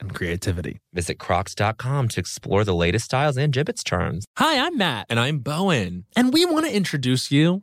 and creativity. Visit crocs.com to explore the latest styles and gibbets charms. Hi, I'm Matt. And I'm Bowen. And we want to introduce you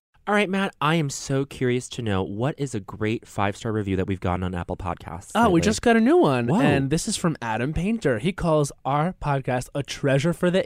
All right, Matt, I am so curious to know what is a great five star review that we've gotten on Apple Podcasts? Oh, we lately? just got a new one. Whoa. And this is from Adam Painter. He calls our podcast a treasure for the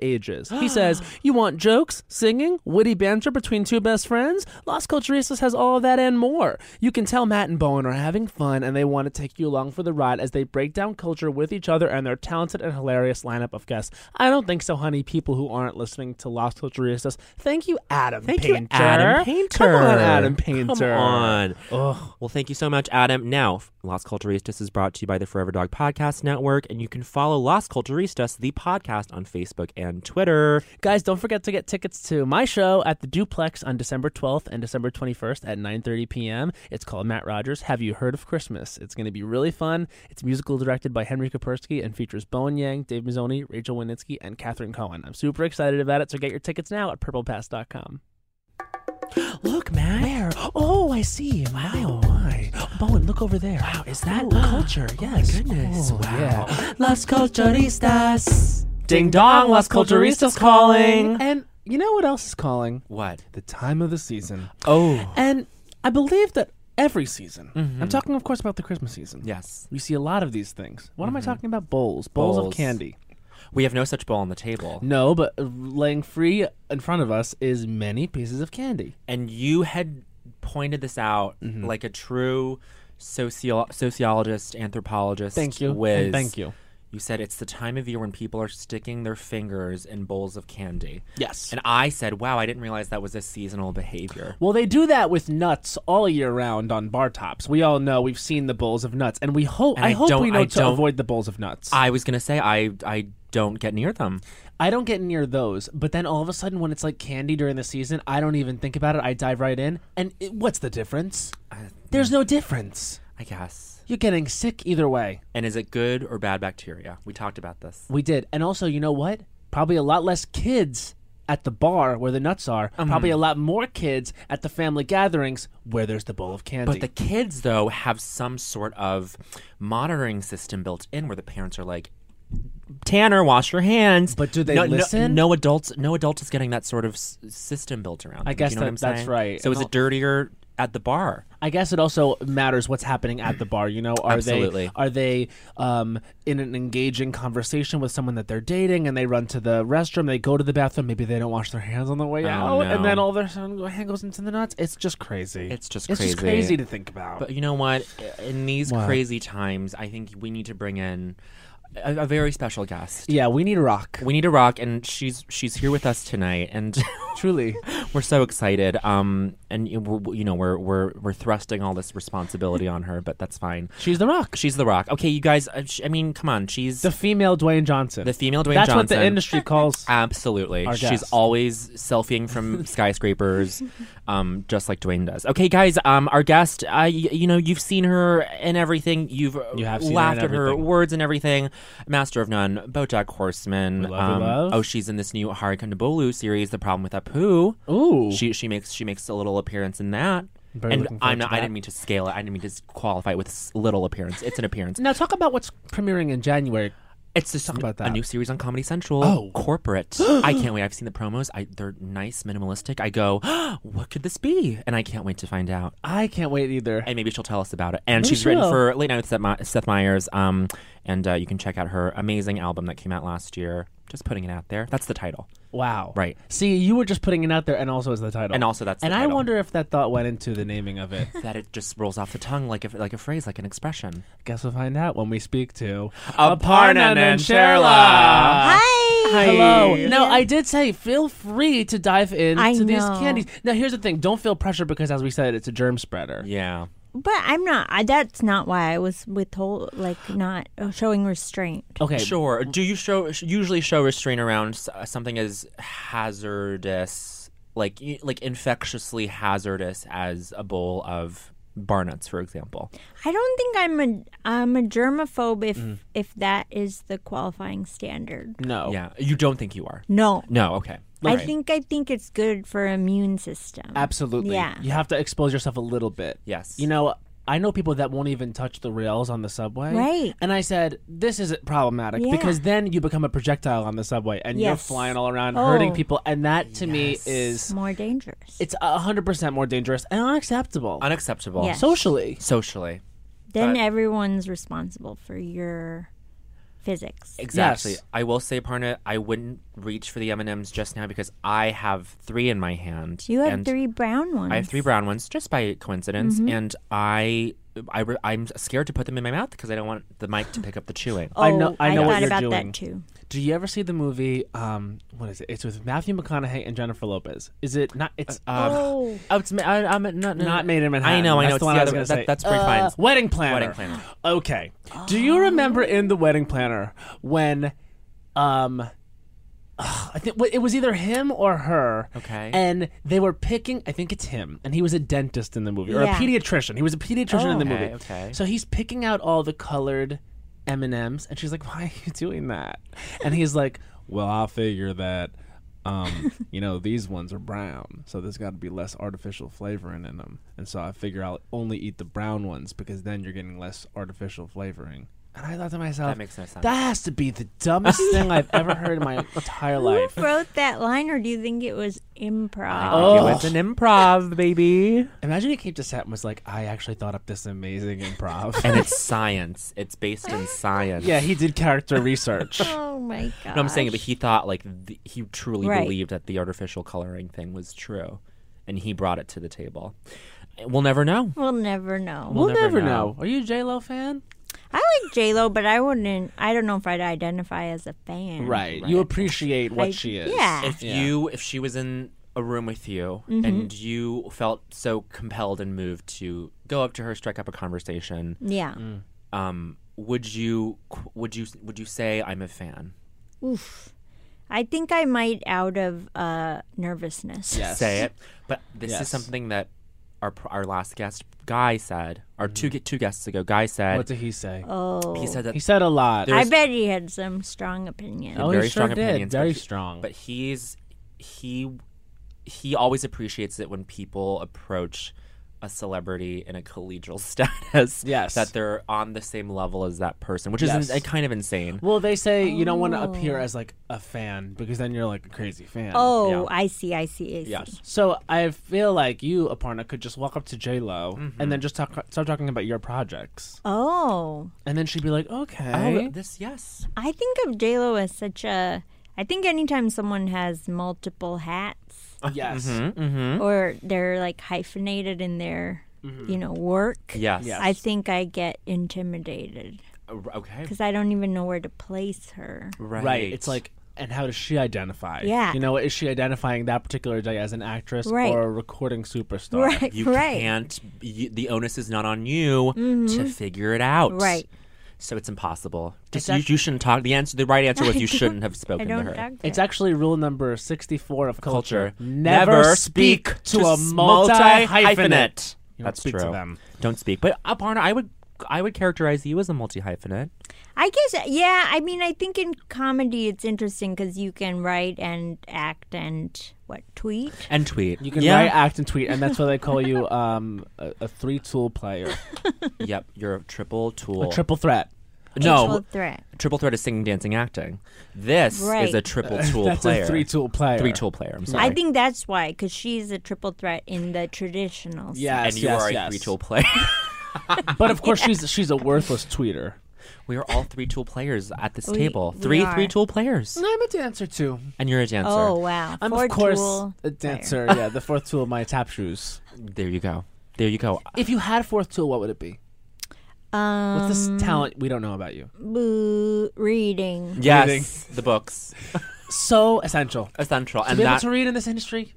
ages. He says, You want jokes, singing, witty banter between two best friends? Las Culturistas has all of that and more. You can tell Matt and Bowen are having fun and they want to take you along for the ride as they break down culture with each other and their talented and hilarious lineup of guests. I don't think so, honey. People who aren't listening to Las Culturistas, thank you, Adam Thank Painter. you, Adam Painter. Come on, Adam Painter. Come on. Ugh. Well, thank you so much, Adam. Now, Las Culturistas is brought to you by the Forever Dog Podcast Network, and you can follow Las Culturistas, the podcast, on Facebook and Twitter. Guys, don't forget to get tickets to my show at the Duplex on December 12th and December 21st at 9:30 p.m. It's called Matt Rogers. Have you heard of Christmas? It's going to be really fun. It's musical directed by Henry Kapersky and features Bowen Yang, Dave Mazzoni, Rachel Winitsky, and Katherine Cohen. I'm super excited about it, so get your tickets now at purplepass.com. Look, Matt. Where? Oh, I see. Wow. my. Bowen, look over there. Wow, is that culture? Yes. goodness. wow. Las Culturistas. Ding dong, Las Culturistas calling. And you know what else is calling? What? The time of the season. Oh. And I believe that every season, I'm talking, of course, about the Christmas season. Yes. We see a lot of these things. What am I talking about? Bowls. Mm-hmm. Bowls, Bowls. of candy. We have no such bowl on the table. No, but uh, laying free in front of us is many pieces of candy. and you had pointed this out Mm-hmm. like a true socio- sociologist, anthropologist. Thank you. Whiz. And thank you. You said it's the time of year when people are sticking their fingers in bowls of candy. Yes. And I said, wow, I didn't realize that was a seasonal behavior. Well, they do that with nuts all year round on bar tops. We all know we've seen the bowls of nuts, and we hope. And I, I hope don't- we know I to don't- avoid the bowls of nuts. I, I was going to say, I, I don't get near them. don't get near those, but then all of a sudden, when it's like candy during the season, I don't even think about it. I dive right in, and it, what's the difference? There's no difference. I guess. You're getting sick either way. And is it good or bad bacteria? We talked about this. We did, and also, you know what? Probably a lot less kids at the bar where the nuts are. Mm-hmm. Probably a lot more kids at the family gatherings where there's the bowl of candy. But the kids, though, have some sort of monitoring system built in where the parents are like, Tanner, wash your hands. But do they no, no- listen? No, adults. No adult is getting that sort of s- system built around. I them. Do guess you know that- what I'm that's saying? right. So is And it dirtier at the bar. I guess it also matters what's happening at the bar. You know, are Absolutely. they are they um, in an engaging conversation with someone that they're dating, and they run to the restroom, they go to the bathroom, maybe they don't wash their hands on the way Oh, out, no. and then all their son- hand goes into the nuts. It's just crazy. It's just it's crazy. just crazy to think about. But you know what? In these What? crazy times, I think we need to bring in a, a very special guest. yeah, we need rock. We need to rock, and she's she's here with us tonight, and Truly, we're so excited. Um, and you- we're, you know we're we're we're thrusting all this responsibility on her, but that's fine. she's the rock. She's the rock. Okay, you guys. uh, sh- I mean, come on. She's The the, female Dwayne Johnson. female Dwayne That's Johnson. what the industry calls. Absolutely. Our She's guest. always selfieing from skyscrapers, um, just like Dwayne does. Okay, guys, um, our guest, uh, y- you know, you've seen her in everything. You've uh, You have seen her laughed in at her everything. words and everything. Master of None, Bojack Horseman. We love, we um, love. Oh, she's in this new Haruka Nobolu series, The Problem with Apu. Ooh, She she makes she makes a little appearance in that. Very and looking forward I'm not, to I that. didn't mean to scale it. I didn't mean to s- qualify it with s- little appearance. It's an appearance. now talk about what's premiering in January. It's just Talk about a that. new series on Comedy Central. Oh. corporate! I can't wait. I've seen the promos. I, they're nice, minimalistic. I go, what could this be? And I can't wait to find out. I can't wait either. And maybe she'll tell us about it. And Maybe she's she written will. for Late Night with Seth, My- Seth Meyers. Um, and uh, you can check out her amazing album that came out last year. Just putting it out there. That's the title, wow. right? See, you were just putting it out there, and also as the title. And also that's. and the I title. wonder if that thought went into the naming of it. that it just rolls off the tongue like a like a phrase, like an expression. Guess we'll find out when we speak to Aparna Sherla. Nancherla. Hi. Uh, Hello. Now I did say feel free to dive into I these know. candies. Now here's the thing: don't feel pressure because, as we said, it's a germ spreader. Yeah. But I'm not. I, that's not why I was withhold, like not uh, showing restraint. Okay. Sure. Do you show sh- usually show restraint around s- uh, something as hazardous, like y- like infectiously hazardous as a bowl of bar nuts, for example? I don't think I'm a I'm a germaphobe if Mm. if that is the qualifying standard. No. Yeah. You don't think you are. No. No. Okay. I think I think it's good for immune system. Absolutely. Yeah. You have to expose yourself a little bit. Yes. You know, I know people that won't even touch the rails on the subway. Right. And I said, this is problematic Yeah. because then you become a projectile on the subway and you're Yes. flying all around Oh. hurting people. And that to me Yes. is, More dangerous. it's 100% more dangerous and unacceptable Unacceptable. Yes. socially. Socially. then but- everyone's responsible for your physics. Exactly. Yes. I will say, Parna, I wouldn't reach for the M and M's just now because I have three in my hand. You have and three Mm-hmm. brown ones. I have three brown ones just by coincidence, and I. I re- I'm scared to put them in my mouth because I don't want the mic to pick up the chewing. Oh, I know- I know thought what you're about doing. that too. Do you ever see the movie? Um, what is it? It's with Matthew McConaughey and Jennifer Lopez. Is it not? It's oh, Oh, it's ma- I, I'm not, not made in Manhattan. I know, I That's know. it's the one the Uh, I was other- gonna that- say. that's Oh. very Uh, fine. Wedding planner. Wedding planner. Okay. Do you remember in the wedding planner when, um, ugh, I think it was either him or her. Okay. And they were picking. I think it's him, and he was a dentist in the movie or Yeah. a pediatrician. He was a pediatrician in the okay, movie. okay. So he's picking out all the colored M and M's, and she's like, "Why are you doing that?" And he's like, "Well, I figure that." um, you know, these ones are brown, so there's got to be less artificial flavoring in them. And so I figure I'll only eat the brown ones because then you're getting less artificial flavoring. And I thought to myself, That makes no sense. That has to be the dumbest thing I've ever heard in my entire life. who wrote that line, or do you think it was improv? Oh. it's an improv, baby. Imagine he came to set and was like, I actually thought up this amazing improv. and it's science. It's based in science. yeah, he did character research. Oh my god! No, I'm saying, but he thought like th- he truly Right. believed that the artificial coloring thing was true, and he brought it to the table. We'll never know. we'll never know. We'll, never never know. know. Are you a J-Lo fan? I like J Lo, but I wouldn't. I don't know if I'd identify as a fan. You appreciate what I- she is. yeah. If you, if she was in a room with you Mm-hmm. and you felt so compelled and moved to go up to her, strike up a conversation, Yeah. Mm. um, would you, qu- would you, would you say I'm a fan? Oof. I think I might out of uh, nervousness. Yes. say it. But this Yes. is something that our our last guest Guy said, our two two two guests ago, Guy said Mm. What did he say? Oh. he said that he said a lot. I bet he had some strong opinion. Oh, he very sure strong did. opinions, but Very he- strong. but he's he he always appreciates it when people approach a celebrity in a collegial status. Yes. That they're on the same level as that person, which is Yes. in, uh, kind of insane. Well, they say you don't want to appear as like a fan because then you're like a crazy fan. Oh, Yeah. I see, I see, I see. Yes. So I feel like you, Aparna, could just walk up to J Lo and then just talk, start talking about your projects, Oh, and then she'd be like, "Okay, Oh, this yes. I think of J Lo as such a. I think anytime someone has multiple hats yes, Mm-hmm. or they're like hyphenated in their, you know, work. Yes. Yes. I think I get intimidated Uh, r- Okay. because I don't even know where to place her. Right. right. It's like." And how does she identify? Yeah. You know, is she identifying that particular day as an actress Right. or a recording superstar? Right, you right, Mm-hmm. can't. You, the onus is not on you to figure it out. right. So it's impossible. Just, act- you, you shouldn't talk. The answer. The right answer was I you don't- shouldn't have I spoken to don't her. talk to It's her. actually rule number 64 of culture. Culture. Never, speak to, a s- multi hyphenate. multi-hyphenate. You don't That's speak to true. them. Don't speak. But uh, Aparna, I would. I would characterize you as a multi hyphenate. I guess, yeah. I mean, I think in comedy it's interesting because you can write and act and what tweet. And tweet. You can yeah. write, act, and tweet, and that's why they call you um, a, a three tool player, Yep. You're a triple tool. a triple threat. no. Triple threat. Triple threat is singing, dancing, acting. This Right. is a triple tool that's player. a three tool player. Three tool player. I'm sorry. I think that's why, because she's a triple threat in the traditional. sense. Yes, and you yes, are yes. a three tool player. But of course, she's she's a worthless tweeter. we are all three tool players at this We- table. we Three are. three tool players. I'm a dancer too. And you're a dancer. Oh wow. I'm Four of course tool a dancer. Yeah, the fourth tool of my tap shoes. There you go. There you go. If you had a fourth tool, what would it be? uh, player. Um, What's this talent we don't know about you? boo- reading. Yes, Reading. the books So essential. essential, To and be able that to read in this industry,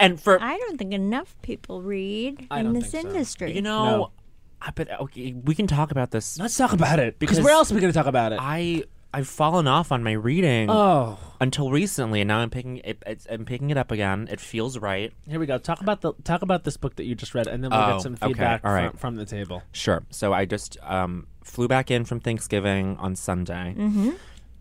and for I don't think enough people read I in don't this think so. industry. you know, No. I but okay, we can talk about this. let's talk about it. Because Because- where else are we going to talk about it? I I've fallen off on my reading oh, until recently, and now I'm picking it. It's, I'm picking it up again. It feels right. here we go. Talk about the talk about this book that you just read, and then we'll Oh, get some okay, feedback all right. from, from the table. Sure. So I just um, flew back in from Thanksgiving on Sunday,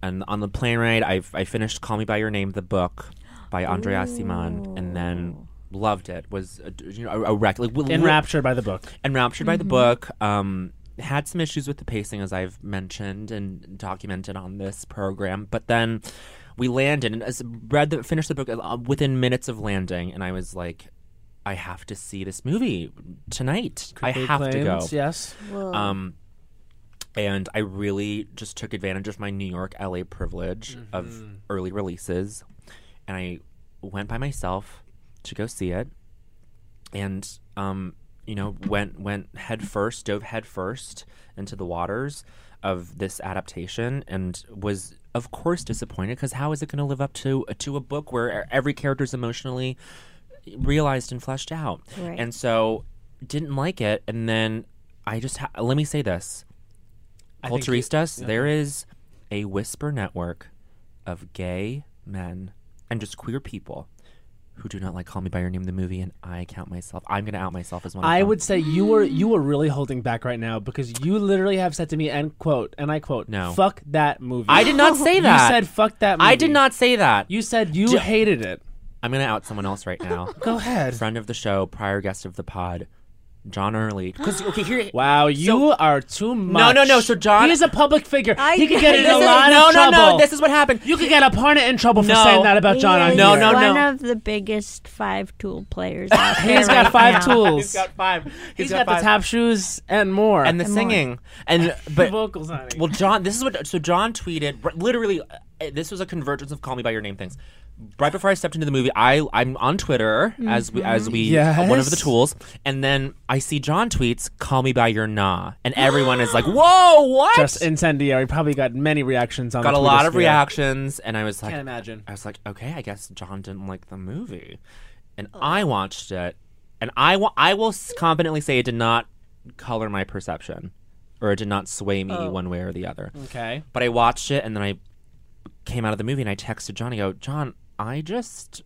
and on the plane ride, I I finished "Call Me by Your Name," the book by Andrea Simon, and then loved it. Was a, you know a, a wreck. Like li- Enraptured by the book. enraptured by the book. Um, had some issues with the pacing, as I've mentioned and documented on this program. But then we landed and as read the finished the book uh, within minutes of landing, and I was like, I have to see this movie tonight. I Big have to go. claims, Yes. Um, and I really just took advantage of my New York LA privilege of early releases. And I went by myself to go see it. And, um, you know, went went head first, dove head first into the waters of this adaptation, and was of course disappointed because how is it going to live up to to a book where e-, every character is emotionally realized and fleshed out? Right. And so didn't like it and then i just ha- let me say this think culturistas there is a whisper network of gay men and just queer people who do not like call me by your name the movie and i count myself i'm gonna out myself as one of I them. would say you were you were really holding back right now because you literally have said to me and quote and I quote No. fuck that movie. i did not say that You said fuck that movie. i did not say that You said you D- hated it. i'm gonna out someone else right now Go ahead. friend of the show prior guest of the pod john early because okay here Wow, you are too much. no, no, so John- He's a public figure. I- he could get in This a is- lot no of no trouble. no this is what happened you could get Aparna in trouble for No. saying that about John. He on is No, here. no, one no. of the biggest five tool players. Out there He's got right five now. tools. he's got five He's got, five. the tap shoes and more. and the And more. singing and the but vocals on it. Well, John, this is what. So John tweeted r- literally. uh, This was a convergence of "Call Me by Your Name" things. Right before I stepped into the movie, I I'm on Twitter as we as we Mm-hmm. Yes. one of the tools, and then I see John tweets "Call Me by Your Na," and everyone is like, "Whoa, what?" Just incendiary. Probably got many reactions on. Got a the lot of Twitter sphere. reactions, and I was like, Can't imagine. I was like, okay, I guess John didn't like the movie, and I watched it, and I wa- I will s- confidently say it did not color my perception, or it did not sway me Oh. one way or the other. Okay. But I watched it and then I came out of the movie and I texted John. I go, John, I just,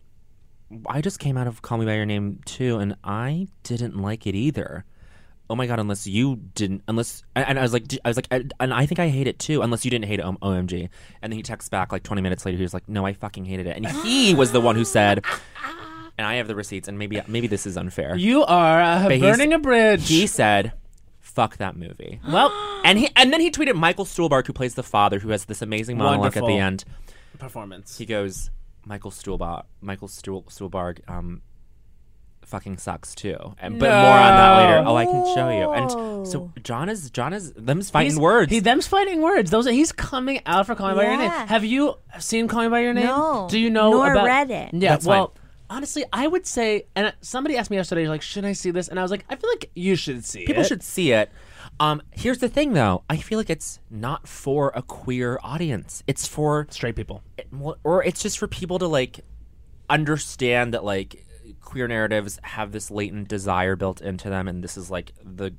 I just came out of Call Me by Your Name too, and I didn't like it either. Oh my god! Unless you didn't, unless and and I was like, d- I was like, I- and I think I hate it too. Unless you didn't hate it, um, OMG! And then he texts back like 20 minutes later. He was like, No, I fucking hated it. And he was the one who said, and I have the receipts, and maybe maybe this is unfair. You are uh, But he's- burning a bridge. he said, "Fuck that movie." well, And he and then he tweeted Michael Stuhlbarg, who plays the father, who has this amazing monologue at Wonderful. the end. performance. He goes, "Michael Stuhlbarg, Michael Stuhl, Stuhlbarg, um, fucking sucks too." And but more on that later. Oh, I can show you. And so John is John is them's fighting He's- words. He them's fighting words. Those he's coming out for calling by your name. Yeah. Have you seen Calling by Your Name? No, Do you know nor about read it. Yeah. That's well, fine. honestly, I would say, and somebody asked me yesterday, like, should I see this? And I was like, I feel like you should see People it. should see it. Um, here's the thing, though. I feel like it's not for a queer audience. It's for straight people. or it's just for people to like understand that like queer narratives have this latent desire built into them and this is like the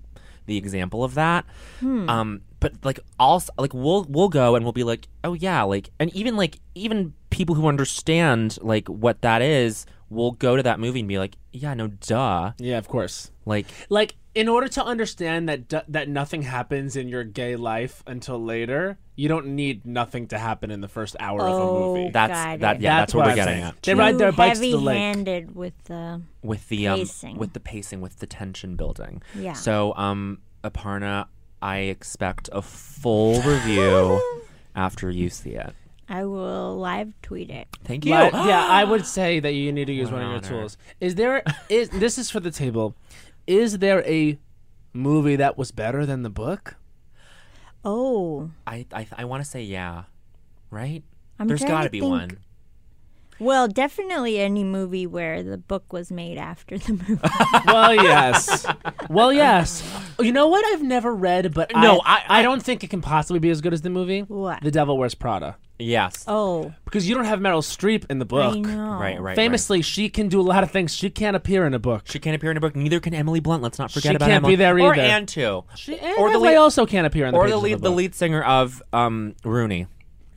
the example of that Hmm. um but like also like we'll we'll go and we'll be like oh yeah like and even like even people who understand like what that is will go to that movie and be like yeah no duh Yeah, of course. like Like, in order to understand that d- that nothing happens in your gay life until later, you don't need nothing to happen in the first hour of a movie. Oh. that's Got that it. yeah that's, what we're I'm getting saying. at They ride their Too bikes to the lake. heavy-handed with the. with the um, Pacing. with the pacing with the tension building. Yeah. So um Aparna, I expect a full review after you see it. I will live tweet it. Thank you. Like, yeah, I would say that you need to use one of your honor. tools. Is there is this is for the table? Is there a movie that was better than the book? Oh, I I, I want to say yeah. Right? I'm There's trying got to be think. one. well, definitely any movie where the book was made after the movie. well, yes. Well, yes. You know what? I've never read, but No, I, I- I don't think it can possibly be as good as the movie. What? The Devil Wears Prada, Yes. oh, because you don't have Meryl Streep in the book. I know. Right, right. Famously, she can do a lot of things she can't appear in a book. Right. She can't appear in a book. Neither can Emily Blunt. Let's not forget She about can't Emily. be there Or either. Anne too. She, Or or the the lead- also can't appear in the Or the pages of lead the, book. lead singer of um Rooney,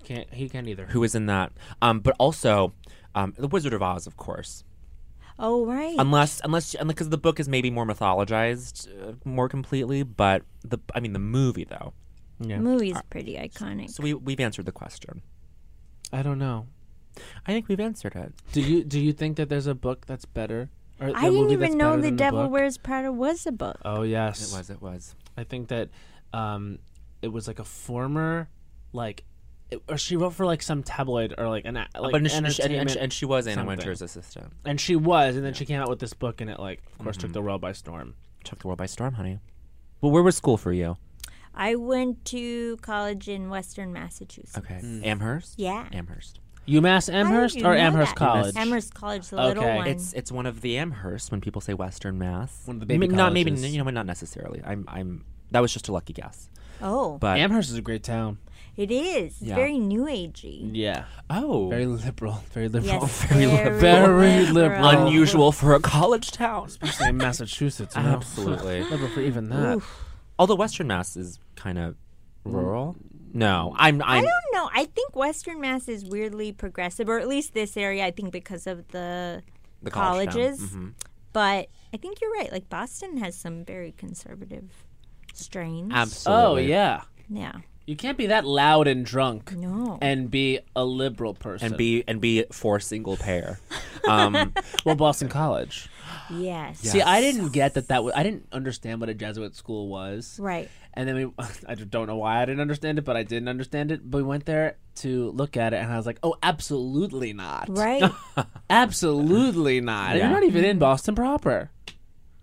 Can't, he can't either. who was in that. Um but also um The Wizard of Oz, of course. Oh, right. unless unless unless because the book is maybe more mythologized uh, more completely but the i mean the movie though The movie's pretty iconic. so we we've answered the question I don't know. i think we've answered it Do you do you think that there's a book that's better? Or I a didn't movie that's even know better The than Devil book? Wears Prada was a book. Oh yes, it was it was I think that um, it was like a former, like, it, or she wrote for like some tabloid or like an a- like but and she, and she- and, entertainment, she, and she was anna something. winter's assistant and she was, and then she came out with this book, and it like, of course, Mm-hmm. took the world by storm. took the world by storm honey well where was school for you I went to college in Western Massachusetts. okay amherst Yeah. amherst UMass How did Amherst you or know Amherst that? College? Amherst College, the Okay. little one. it's it's one of the amherst when people say western mass One of the baby not maybe colleges. you know what, not necessarily i'm i'm that was just a lucky guess oh, but Amherst is a great town. it is. It's Yeah. very new agey. Yeah, oh very liberal, very liberal, Yes, very very very liberal. liberal. unusual for a college town Especially in Massachusetts, you know? absolutely liberal for even that. Although Western Mass is kind of rural. No, I'm. I'm I don't know. I think Western Mass is weirdly progressive, or at least this area, I think, because of the, the college town. colleges. Mm-hmm. Mhm. But I think you're right. Like, Boston has some very conservative strains. Oh Absolutely. yeah, yeah. you can't be that loud and drunk No. and be a liberal person. And be and be for single pair. Um, well, Boston College. yes. See, I didn't get that. That was, I didn't understand what a Jesuit school was, Right. and then we. I just don't know why I didn't understand it, but I didn't understand it. But we went there to look at it, and I was like, "Oh, absolutely not! Right. Absolutely not! Yeah. You're not even in Boston proper.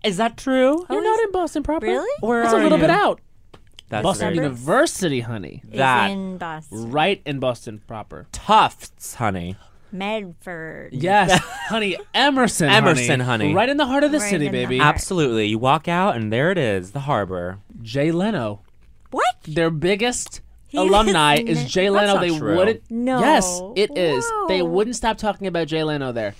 is that true? You're not in Boston proper. Oh, Really? Where That's are a little you? bit out. That's Boston very Suburbs? University, honey. that is in Boston. Right in Boston proper. Tufts, honey. Medford. Yes, honey. Emerson. Emerson, honey. Right in the heart of the Right city, in the baby. heart. Absolutely. You walk out and there it is, the harbor. Jay Leno. What? their biggest He alumni isn't- is Jay That's Leno. not They true. wouldn't. No. Yes, it is. They Wow. wouldn't stop talking about Jay Leno there.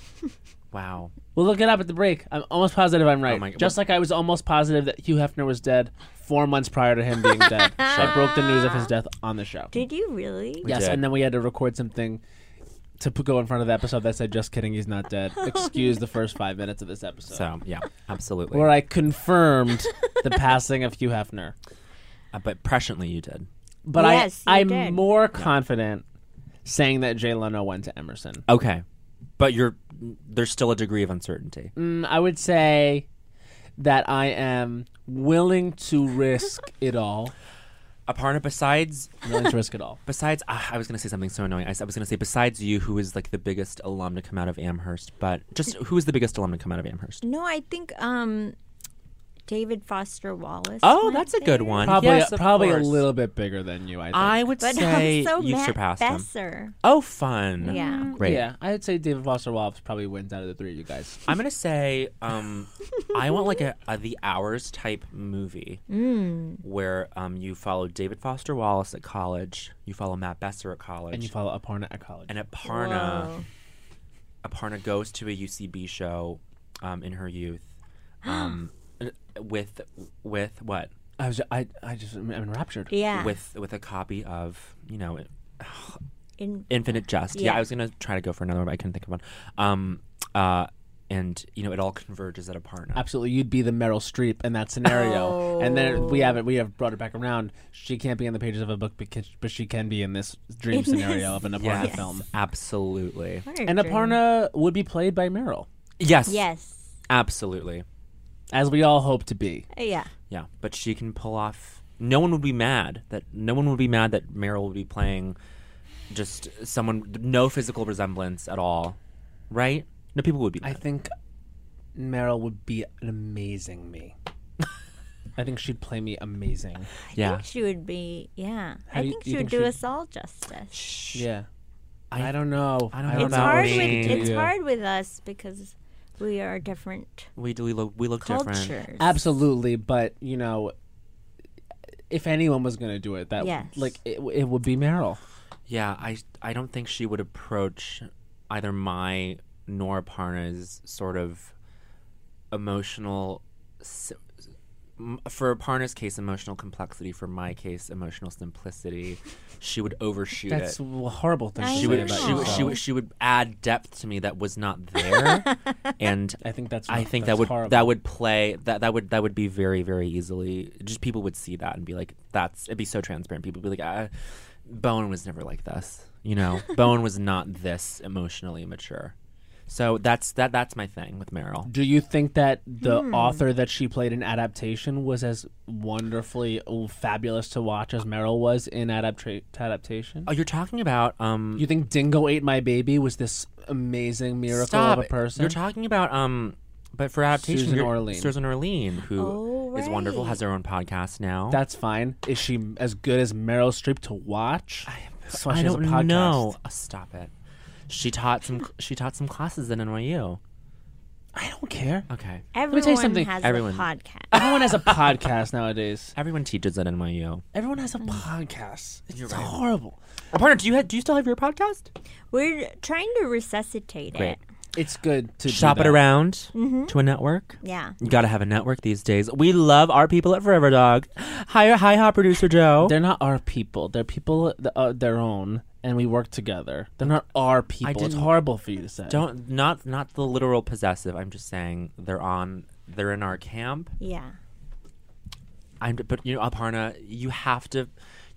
Wow. We'll look it up at the break. I'm almost positive I'm right. Oh my God. Just like I was almost positive that Hugh Hefner was dead four months prior to him being dead. I broke the news of his death on the show. Did you really? yes, did. and then we had to record something to p- go in front of the episode that said, "Just kidding, he's not dead." Excuse the first five minutes of this episode. So yeah, absolutely. Where I confirmed the passing of Hugh Hefner. Uh, but presciently you did. But Yes, you I, I'm did. more confident saying that Jay Leno went to Emerson. Okay. but you're there's still a degree of uncertainty. Mm, I would say that I am willing to risk it all. Aparna, besides Willing to risk it all. besides ah, I was gonna say something so annoying. I, s- I was gonna say besides you, who is like the biggest alum to come out of Amherst, but just who is the biggest alum to come out of Amherst? No, I think um, David Foster Wallace. Oh, went that's a there. good one. Probably, Yes, of probably a course. little bit bigger than you. I think. I would But say I'm so you've Matt surpassed him. Besser. Oh, fun! Yeah. great. Yeah, I'd say David Foster Wallace probably wins out of the three of you guys. I'm gonna say um, I want like a, a the hours type movie Mm. where um, you follow David Foster Wallace at college, you follow Matt Besser at college, And you follow Aparna at college. and Aparna Whoa. Aparna goes to a UCB show um, in her youth um, with with what I was, I, I just, I'm enraptured. Yeah. with with a copy of you know In, Infinite Jest. Yeah. Yeah. I was gonna try to go for another one, but I couldn't think of one. Um, uh, and you know it all converges at Aparna. Absolutely, you'd be the Meryl Streep in that scenario. And then we have it. We have brought it back around. She can't be in the pages of a book, because, but she can be in this dream In scenario this- of an Aparna Yes, film. absolutely. what a And dream. Aparna would be played by Meryl, Yes, Yes. absolutely. as we all hope to be. Yeah. Yeah, but she can pull off. No one would be mad that no one would be mad that Meryl would be playing just someone no physical resemblance at all, right? No people would be I mad. think Meryl would be an amazing me. I think she'd play me amazing. I yeah, think she would be. Yeah. I do you- think do she you think would do she'd- us all justice. Yeah. I, don't know. I don't know It's about hard. me. With, it's Yeah. hard with us because we are different we do. We look. We look different. cultures. Absolutely, but you know, if anyone was going to do it, that Yes. like it, w- it would be Meryl. Yeah, I. I don't think she would approach either my nor Parna's sort of emotional. s- m- For Parna's case, emotional complexity. For my case, emotional simplicity. She would overshoot it. That's a horrible thing. I to she say would about she, would- she yourself. would she would add depth to me that was not there and I think that's. I think that's that would horrible. that would play that that would that would be very very easily just people would see that and be like that's it'd be so transparent people would be like uh, Bowen was never like this you know Bowen was not this emotionally mature so that's that that's my thing with Meryl Do you think that the Hmm. author that she played in adaptation was as wonderfully oh, fabulous to watch as Meryl was in adaptra- adaptation? oh you're talking about um You think Dingo Ate My Baby was this amazing miracle stop of a person? you're talking about um but for adaptation Susan you're- Orlean. Susan Orlean who is Oh, wonderful right. has her own podcast now That's fine. Is she as good as Meryl Streep to watch? I, so I she has a don't podcast. know. Uh, Stop it. She taught some. she taught some classes at NYU. I don't care. Okay. Everyone me tell you something. has Everyone. a podcast. Everyone Uh-huh. has a podcast nowadays. Everyone teaches at NYU. Everyone has a podcast. It's Mm. You're right. horrible. Partner, do you ha- do you still have your podcast? We're trying to resuscitate Great. it. It's good to do Shop it that. around to a network. Yeah. You gotta have a network these days. We love our people at Forever Dog. Hi, hi, hi, producer Joe. They're not our people. They're people th- uh, their own, and we work together. They're not our people. It's didn't- horrible for you to say. don't not not the literal possessive. I'm just saying they're on. They're in our camp. Yeah. I'm, but you know, Aparna, you have to,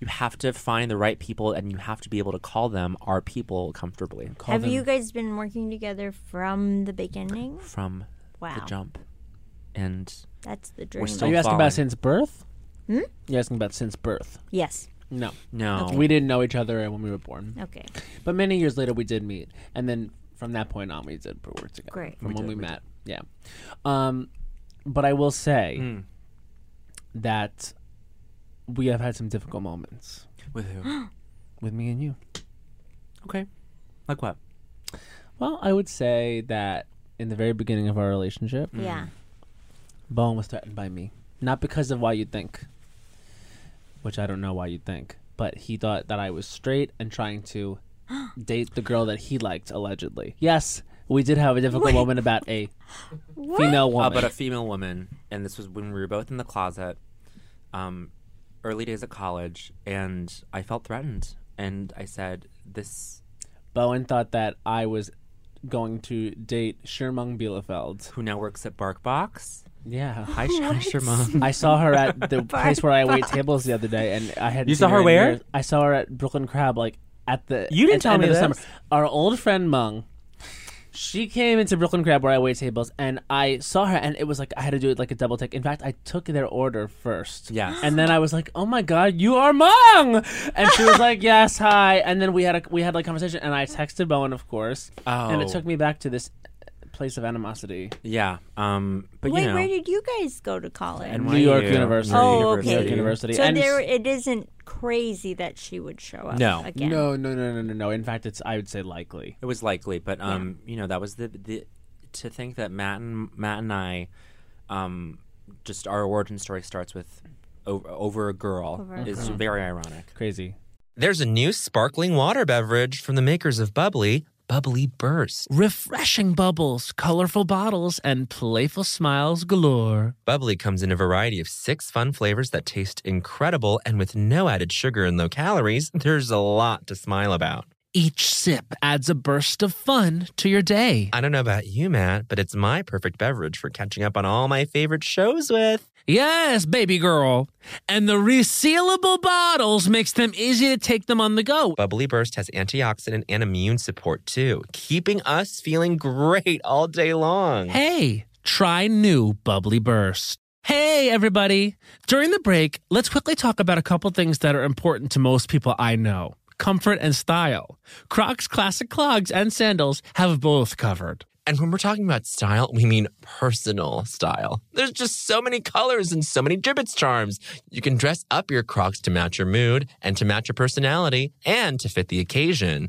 you have to find the right people, and you have to be able to call them our people comfortably call have them you guys been working together from the beginning? from the Wow. jump. And That's the dream. still- Are you asking falling. about since birth? Hmm? You're asking about since birth. yes. No. no, We didn't know each other when we were born. Okay. But many years later, we did meet, and then from that point on, we did work together. Great. From when we, met, yeah. Um, but I will say that we have had some difficult moments with who? with me and you. okay, like what? Well, I would say that in the very beginning of our relationship, Yeah. Bowen was threatened by me, not because of why you think, which I don't know why you think, but he thought that I was straight and trying to date the girl that he liked allegedly. Yes. We did have a difficult Wait. moment about a What? female woman. Uh, but a female woman, and this was when we were both in the closet, um, early days at college, and I felt threatened, and I said, "This Bowen thought that I was going to date Shermung Bielefeld. who now works at BarkBox." Yeah. Hi, Sh- hi, Sherma. I saw her at the place where I wait tables the other day, and I had You saw her where? I saw her at Brooklyn Crab, like at the You didn't at the tell end me of the this. summer. Our old friend Mung She came into Brooklyn Crab where I wait tables, and I saw her, and it was like I had to do it like a double take. In fact, I took their order first. Yes. And then I was like, "Oh my God, you are Mung!" And she was like, "Yes, hi." And then we had a we had like conversation, and I texted Bowen, of course, and it Oh. took me back to this place of animosity. Yeah. Um. But Wait, you know, where did you guys go to college? And New York NYU. University. Oh, okay. New York University. so and there, it isn't crazy that she would show up. No. again. No, no, no, no, no, no. In fact, it's I would say likely. it was likely, but um, you know, that was the the to think that Matt and Matt and I, um, just our origin story starts with over, over a girl Over a is girl. very ironic. Crazy. There's a new sparkling water beverage from the makers of Bubbly, Bubbly Burst. Refreshing bubbles, colorful bottles, and playful smiles galore. Bubbly comes in a variety of six fun flavors that taste incredible, and with no added sugar and low calories, there's a lot to smile about. Each sip adds a burst of fun to your day. I don't know about you, Matt, but it's my perfect beverage for catching up on all my favorite shows with. Yes, baby girl. And the resealable bottles makes them easy to take them on the go. Bubbly Burst has antioxidant and immune support too, keeping us feeling great all day long. Hey, try new Bubbly Burst. Hey, everybody. During the break, let's quickly talk about a couple things that are important to most people I know comfort and style. Crocs classic clogs and sandals have both covered. And when we're talking about style, we mean personal style. There's just so many colors and so many gibbets charms. You can dress up your crocs to match your mood and to match your personality and to fit the occasion.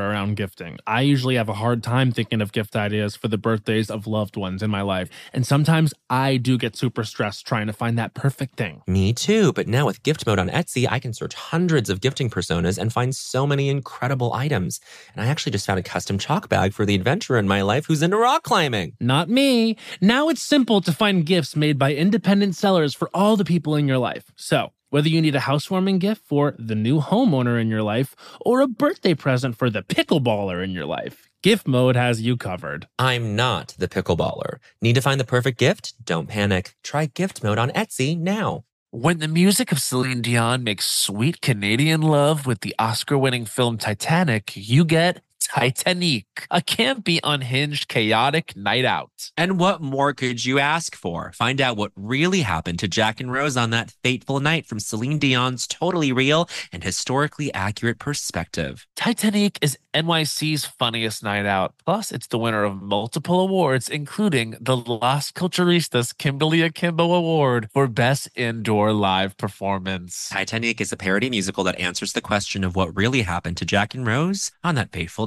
around gifting. I usually have a hard time thinking of gift ideas for the birthdays of loved ones in my life. And sometimes I do get super stressed trying to find that perfect thing. Me too, but now with gift mode on Etsy, I can search hundreds of gifting personas and find so many incredible items. And I actually just found a custom chalk bag for the adventurer in my life who's into rock climbing. Not me. Now it's simple to find gifts made by independent sellers for all the people in your life. So, whether you need a housewarming gift for the new homeowner in your life or a birthday present for the pickleballer in your life, gift mode has you covered. I'm not the pickleballer. Need to find the perfect gift? Don't panic. Try gift mode on Etsy now. When the music of Celine Dion makes sweet Canadian love with the Oscar winning film Titanic, you get Titanic, a campy, unhinged, chaotic night out. And what more could you ask for? Find out what really happened to Jack and Rose on that fateful night from Celine Dion's totally real and historically accurate perspective. Titanic is NYC's funniest night out. Plus, it's the winner of multiple awards, including the Las Culturistas Kimberly Akimbo Award for Best Indoor Live Performance. Titanic is a parody musical that answers the question of what really happened to Jack and Rose on that fateful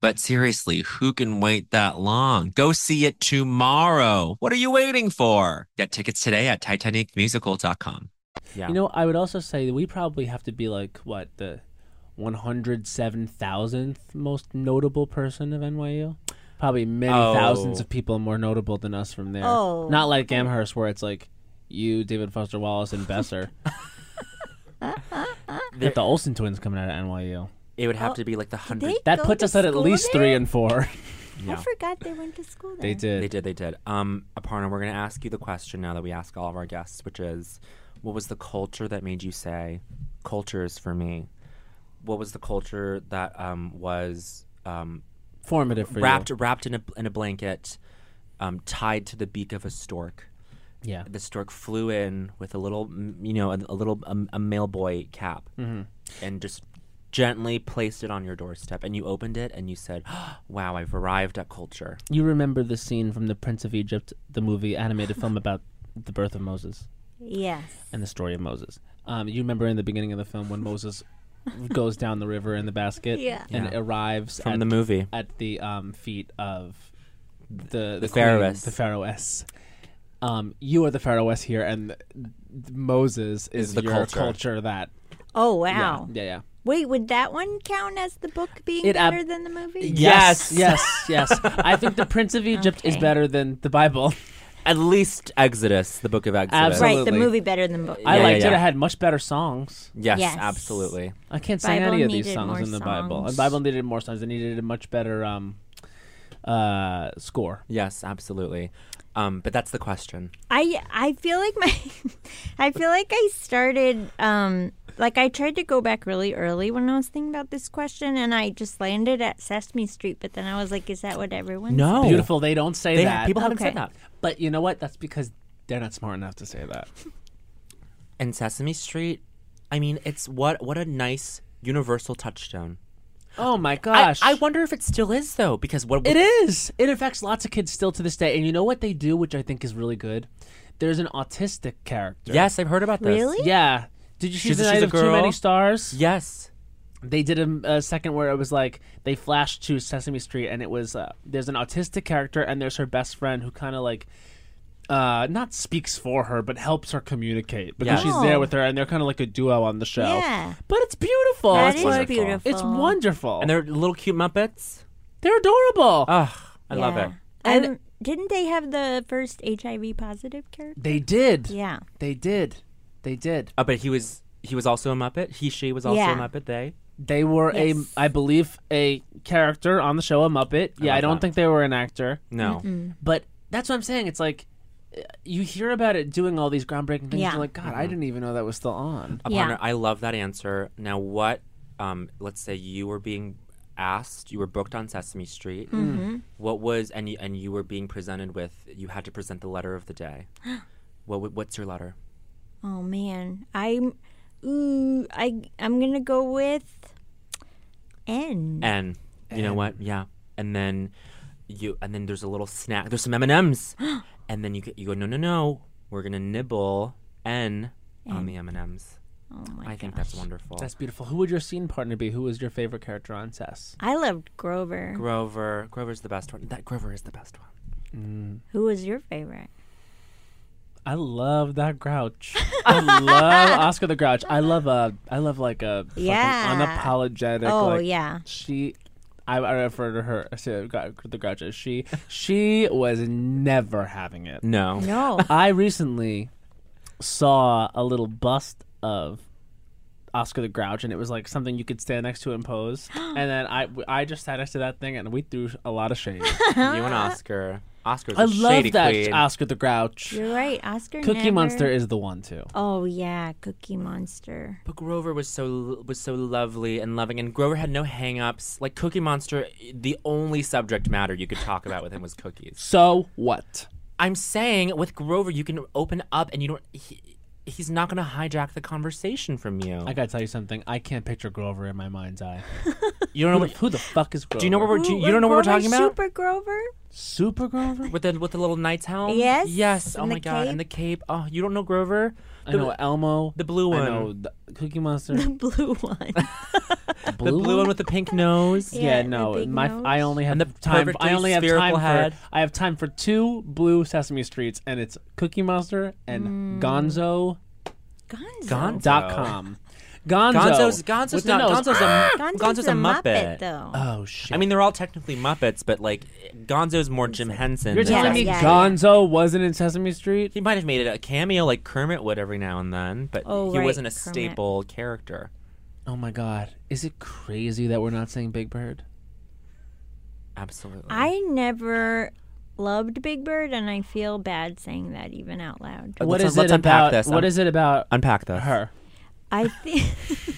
But seriously, who can wait that long? Go see it tomorrow. What are you waiting for? Get tickets today at TitanicMusical.com. Yeah. You know, I would also say that we probably have to be like what the 107,000th most notable person of NYU. Probably many Oh. thousands of people more notable than us from there. Oh. Not like Amherst where it's like you, David Foster Wallace, and Besser. Get the Olsen twins coming out of NYU. it would have to be like the hundred. They That go puts to us at at school least three there? and four. I Yeah. forgot they went to school there. They did. They did, they did. Um, Aparna, we're going to ask you the question now that we ask all of our guests, which is what was the culture that made you say, culture is for me? What was the culture that um, was um, Formative for wrapped wrapped in a, in a blanket, um, tied to the beak of a stork? you. Yeah. The stork flew in with a little, mm, you know, a, a little um, a mailboy cap, Mm-hmm. and just gently placed it on your doorstep. And you opened it, and you said, "Wow, I've arrived at culture." You remember the scene from The Prince of Egypt, the movie animated film about the birth of Moses Yes. and the story of Moses. Um, you remember in the beginning of the film when Moses goes down the river in the basket Yeah. and Yeah. arrives From at, the movie. at the um, feet of the the, pharaohess. the pharaohess. Um, you are the pharaohess here, and Moses is, the your culture. that Oh wow. yeah yeah. Wait, would that one count as the book being It ab- better than the movie? Yes, yes, yes. I think the Prince of Egypt is Okay. better than the Bible. At least Exodus, the book of Exodus. Absolutely. Right, the movie better than the book. I Yeah, liked yeah, it. yeah. It had much better songs. Yes, Yes. absolutely. I can't sing Bible any of these needed songs more in the Bible. The songs. Bible needed more songs. It needed a much better um, uh, score. Yes, absolutely. Um, but that's the question. I I feel like my I feel like I started um like I tried to go back really early when I was thinking about this question and I just landed at Sesame Street but then I was like is that what everyone Beautiful. They don't say Oh. They, that. people haven't Okay. said that. but you know what? That's because they're not smart enough to say that. And Sesame Street, I mean, it's what what a nice universal touchstone. Oh my I, gosh. I wonder if it still is though, because what It is. It affects lots of kids still to this day. And you know what they do, which I think is really good? There's an autistic character. Yes, I've heard about this. Really? Yeah. Did you see She's a- the night she's a of too many girl? stars? Yes. they did a, a second where it was like they flashed to Sesame Street, and it was uh, there's an autistic character, and there's her best friend who kind of like. Uh, not speaks for her, but helps her communicate because Yeah. she's there Oh. with her, and they're kind of like a duo on the show. Yeah. but it's beautiful. That it's is like, beautiful. It's wonderful, And they're Oh. little cute Muppets. they're adorable. Ugh, I love Yeah. it. And- um, didn't they have the first HIV positive character? they did. Yeah. They did. They did. Uh, but he was he was also a Muppet. He she was also Yeah. a Muppet. They. They were Yes. a, I believe, a character on the show, a Muppet. yeah, love I don't that. think they were an actor. No. But that's what I'm saying. It's like uh, you hear about it doing all these groundbreaking things. Yeah. You're like, God, I didn't even know that was still on. Aparna, Yeah. I love that answer. Now, what, um, let's say you were being asked, you were booked on Sesame Street. Mm-hmm. What was, and you, and you were being presented with, you had to present the letter of the day. what, would- what's your letter? Oh man, I'm ooh, I I'm going to go with N. And you know what? Yeah. And then you, and then there's a little snack. There's some M and M's. And then you go- you go, no, no, no. We're gonna nibble N, on the M and M's. Oh my I god. think that's wonderful. That's beautiful. Who would your scene partner be? Who was your favorite character on Sess? I loved Grover. Grover. Grover's the best one. That Grover is the best one. Who was your favorite? I love that Grouch. I love Oscar the Grouch. I love a. I love like a fucking Yeah. unapologetic. oh like, yeah. she She. I, I refer to her as the Grou- the Grouch as she. She was never having it. No. No. I recently saw a little bust of Oscar the Grouch, and it was like something you could stand next to and pose. and then I, I just sat next to that thing, and we threw a lot of shade. You and Oscar. Oscar's I a love shady that queen. Oscar the Grouch. You're right. Oscar Cookie never- Monster is the one too. Oh yeah, Cookie Monster. But Grover was so was so lovely and loving, and Grover had no hang-ups. Like Cookie Monster, the only subject matter you could talk about with him was cookies. So what? I'm saying with Grover, you can open up, and you don't. He, he's not going to hijack the conversation from you. I gotta tell you something. I can't picture Grover in my mind's eye. you don't know Who the, what. who the fuck is Grover? Do you know what we're? Do you, Ooh, you don't know what we're Grover, talking about? Super Grover? Super Grover? With the with the little knight's helm. Yes, Yes. Oh and my the god. And the cape. Oh, you don't know Grover? I know Elmo. The blue one. I know the Cookie Monster. The blue one. The blue one with the pink nose. Yeah, Yeah, the no, big my nose. I only have And the time. perfectly I only have spherical time head. for I have time for two blue Sesame Streets, and it's Cookie Monster and Mm. Gonzo Gonzo. Gonzo. dot com. Gonzo. Gonzo's Gonzo's with the not nose. Gonzo's a Gonzo's, Gonzo's a Muppet. though. Oh shit! I mean, they're all technically Muppets, but like Gonzo's more Jim Henson. you're than- telling yeah, me yeah, yeah. Gonzo wasn't in Sesame Street? he might have made it a cameo like Kermit would every now and then, but Oh, he right, wasn't a Kermit. staple character. Oh my god! Is it crazy that we're not saying Big Bird? Absolutely. I never loved Big Bird, and I feel bad saying that even out loud. Uh, What let's- is let's it unpack about? this. What Um, is it about unpack this. her? I think.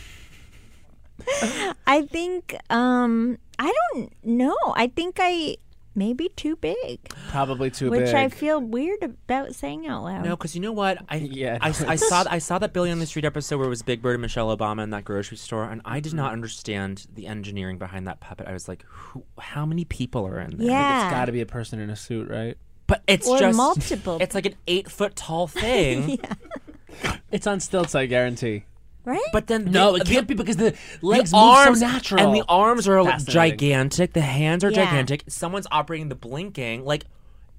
I think. Um. I don't know. I think I maybe too big, Probably too which big. I feel weird about saying out loud. No, because you know what? I Yeah, I, no, I saw I saw that Billy on the Street episode where it was Big Bird and Michelle Obama in that grocery store, and I Mm-hmm. did not understand the engineering behind that puppet. I was like, Who, how many people are in there? Yeah. it's got to be a person in a suit, right? But it's Or just multiple. It's like an eight foot tall thing. It's on stilts, I guarantee. right. But then No, the, it the- can't be because the the legs move arms so natural. and the arms are like, Fascinating. gigantic. The hands are Yeah. gigantic. Someone's operating the blinking, like,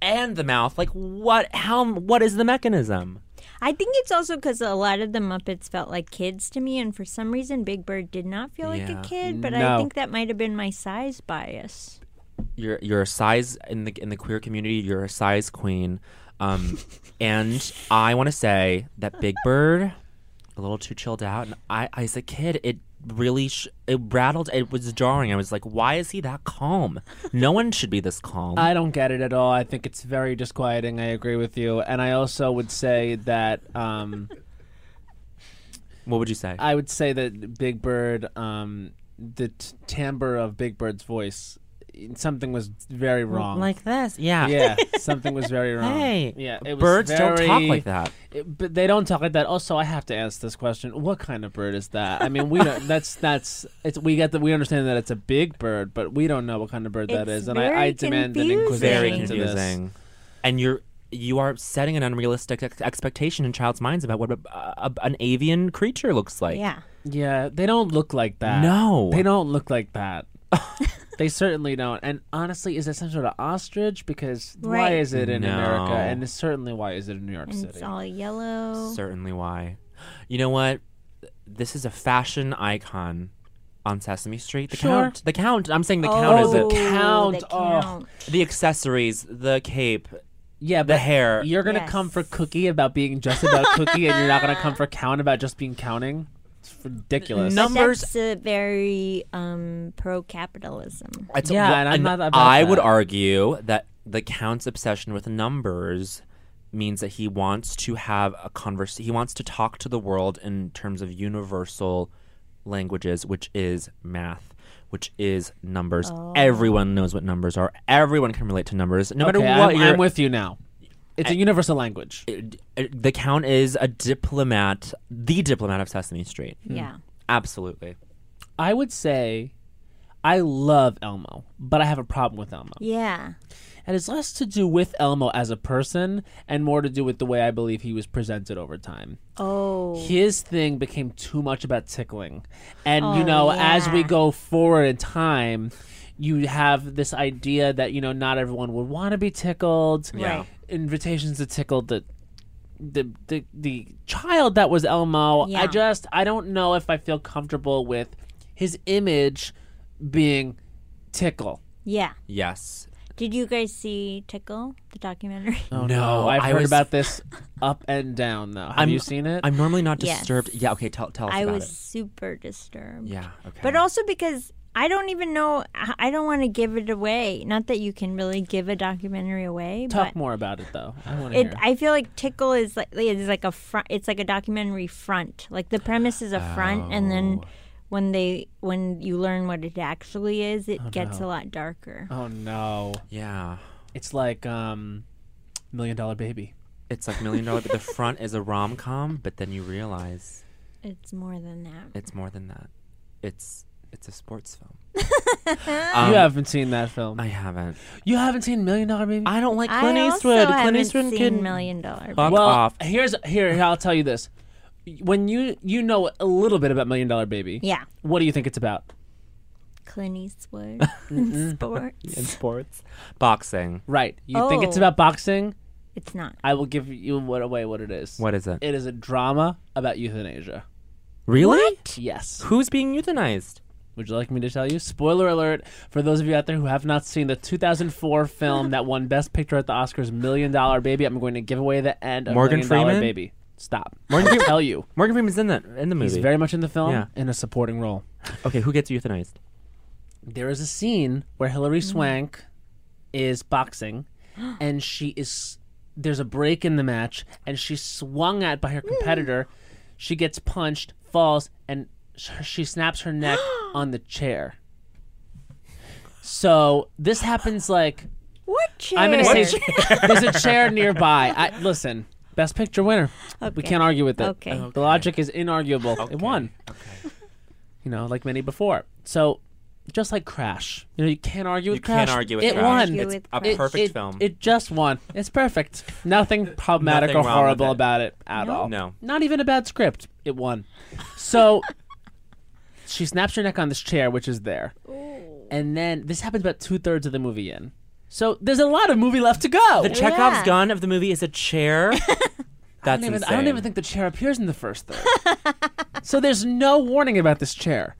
and the mouth. Like, what? How? What is the mechanism? I think it's also because a lot of the Muppets felt like kids to me, and for some reason, Big Bird did not feel like Yeah. a kid. But No. I think that might have been my size bias. you're you're a size in the in the queer community. You're a size queen, um, and I want to say that Big Bird, a little too chilled out. And I, I as a kid, it really sh- it rattled. It was jarring. I was like, why is he that calm? No one should be this calm. I don't get it at all. I think it's very disquieting. I agree with you, and I also would say that um, what would you say? I would say that Big Bird, um, the t- timbre of Big Bird's voice, something was very wrong. Like this? Yeah. yeah, something was very wrong. Hey, yeah, it was birds don't talk very- like that. It- but they don't talk like that. Also, I have to ask this question: What kind of bird is that? I mean, we don't. That's that's. It's we get that we understand that it's a big bird, but we don't know what kind of bird that It's is, and I, very I demand an confusing. inquisition Very into this. confusing. And you're you are setting an unrealistic ex- expectation in child's minds about what a, a, an avian creature looks like. Yeah. Yeah, they don't look like that. No. they don't look like that. they certainly don't. And honestly, is it some sort of ostrich? Because why Right. is it in America? No. And certainly, why is it in New York And City? it's all yellow. certainly why. You know what? This is a fashion icon on Sesame Street. The Sure. count. The count. I'm saying the count is Oh. the it. ca- count. Oh. The accessories, the cape, yeah, the but hair. you're gonna come for cookie about being just about cookie, and you're not gonna come for count about just being counting. It's ridiculous. No, numbers- That's uh, very um, pro-capitalism. It's- Yeah, well, and I'm not about I would that. argue that the count's obsession with numbers means that he wants to have a converse. He wants to talk to the world in terms of universal languages, which is math. Which is numbers. Everyone knows what numbers are. Everyone can relate to numbers, no Oh. okay, matter what. I'm, your- I'm with you now. It's a universal language. uh, the count is a diplomat, the diplomat of Sesame Street. Yeah. Absolutely. I would say I love Elmo, but I have a problem with Elmo. Yeah. And it's less to do with Elmo as a person and more to do with the way I believe he was presented over time. Oh. His thing became too much about tickling. And, you Oh, know, as we yeah. go forward in time, you have this idea that, you know, not everyone would want to be tickled. Yeah. Right. Invitations to tickle the. The, the the child that was Elmo, I Yeah. just I don't know if I feel comfortable with his image being tickle. Yeah. Yes. Did you guys see Tickle, the documentary? Oh No, I've I heard was- about this up and down though. Have I'm- you seen it? I'm normally not Yes. disturbed. Yeah. Okay. Tell tell us I about was it. super disturbed. Yeah. Okay. But also because I don't even know, I I don't want to give it away. Not that you can really give a documentary away, Talk but more about it though. I want to it, hear. I feel like Tickle is like is like a front. It's like a documentary front. Like the premise is a front, and then when they when you learn what it actually is, it gets a lot darker. oh no, yeah. it's like um, Million Dollar Baby. It's like million dollar. but the front is a rom com, but then you realize It's more than that. it's more than that. It's it's a sports film. you Um, haven't seen that film. I haven't. you haven't seen Million Dollar Baby. I don't like I Clint also Eastwood. Clint haven't Eastwood seen can Million Dollar. fuck well, off. here's here, here. I'll tell you this. When you you know a little bit about Million Dollar Baby, Yeah, what do you think it's about? Clint Eastwood in sports. In sports, boxing. Right. You think it's Oh. about boxing? It's not. I will give you what away what it is. What is it? It is a drama about euthanasia. Really? Yes. Who's being euthanized? Would you like me to tell you? Spoiler alert for those of you out there who have not seen the 2004 film that won Best Picture at the Oscars, Million Dollar Baby. I'm going to give away the end of Morgan Million Dollar Freeman? Baby. Stop. Morgan I'll Freeman- tell you, Morgan Freeman's in that in the movie. he's very much in the film Yeah. in a supporting role. okay. Who gets euthanized? there is a scene where Hilary Swank is boxing and she is there's a break in the match and she's swung at by her competitor. She gets punched, falls, and sh- she snaps her neck on the chair. So this happens like What chair? I'm gonna say there's a chair nearby. I, listen, best picture winner. We Okay. can't argue with it. Okay. Oh, The logic is inarguable. It won. You know, like many before. So, just like Crash, you know, you can't argue with You Crash. can't argue with it Crash. won. Argue It's with a Crash. perfect it, film. It just won. It's perfect. Nothing problematic Nothing or wrong with horrible it. about it at all. No. Not even a bad script. It won. So she snaps her neck on this chair, which is there. And then this happens about two thirds of the movie in. So there's a lot of movie left to go. The Chekhov's Yeah. gun of the movie is a chair. I That's don't, even, I insane. don't even think the chair appears in the first third. so there's no warning about this chair.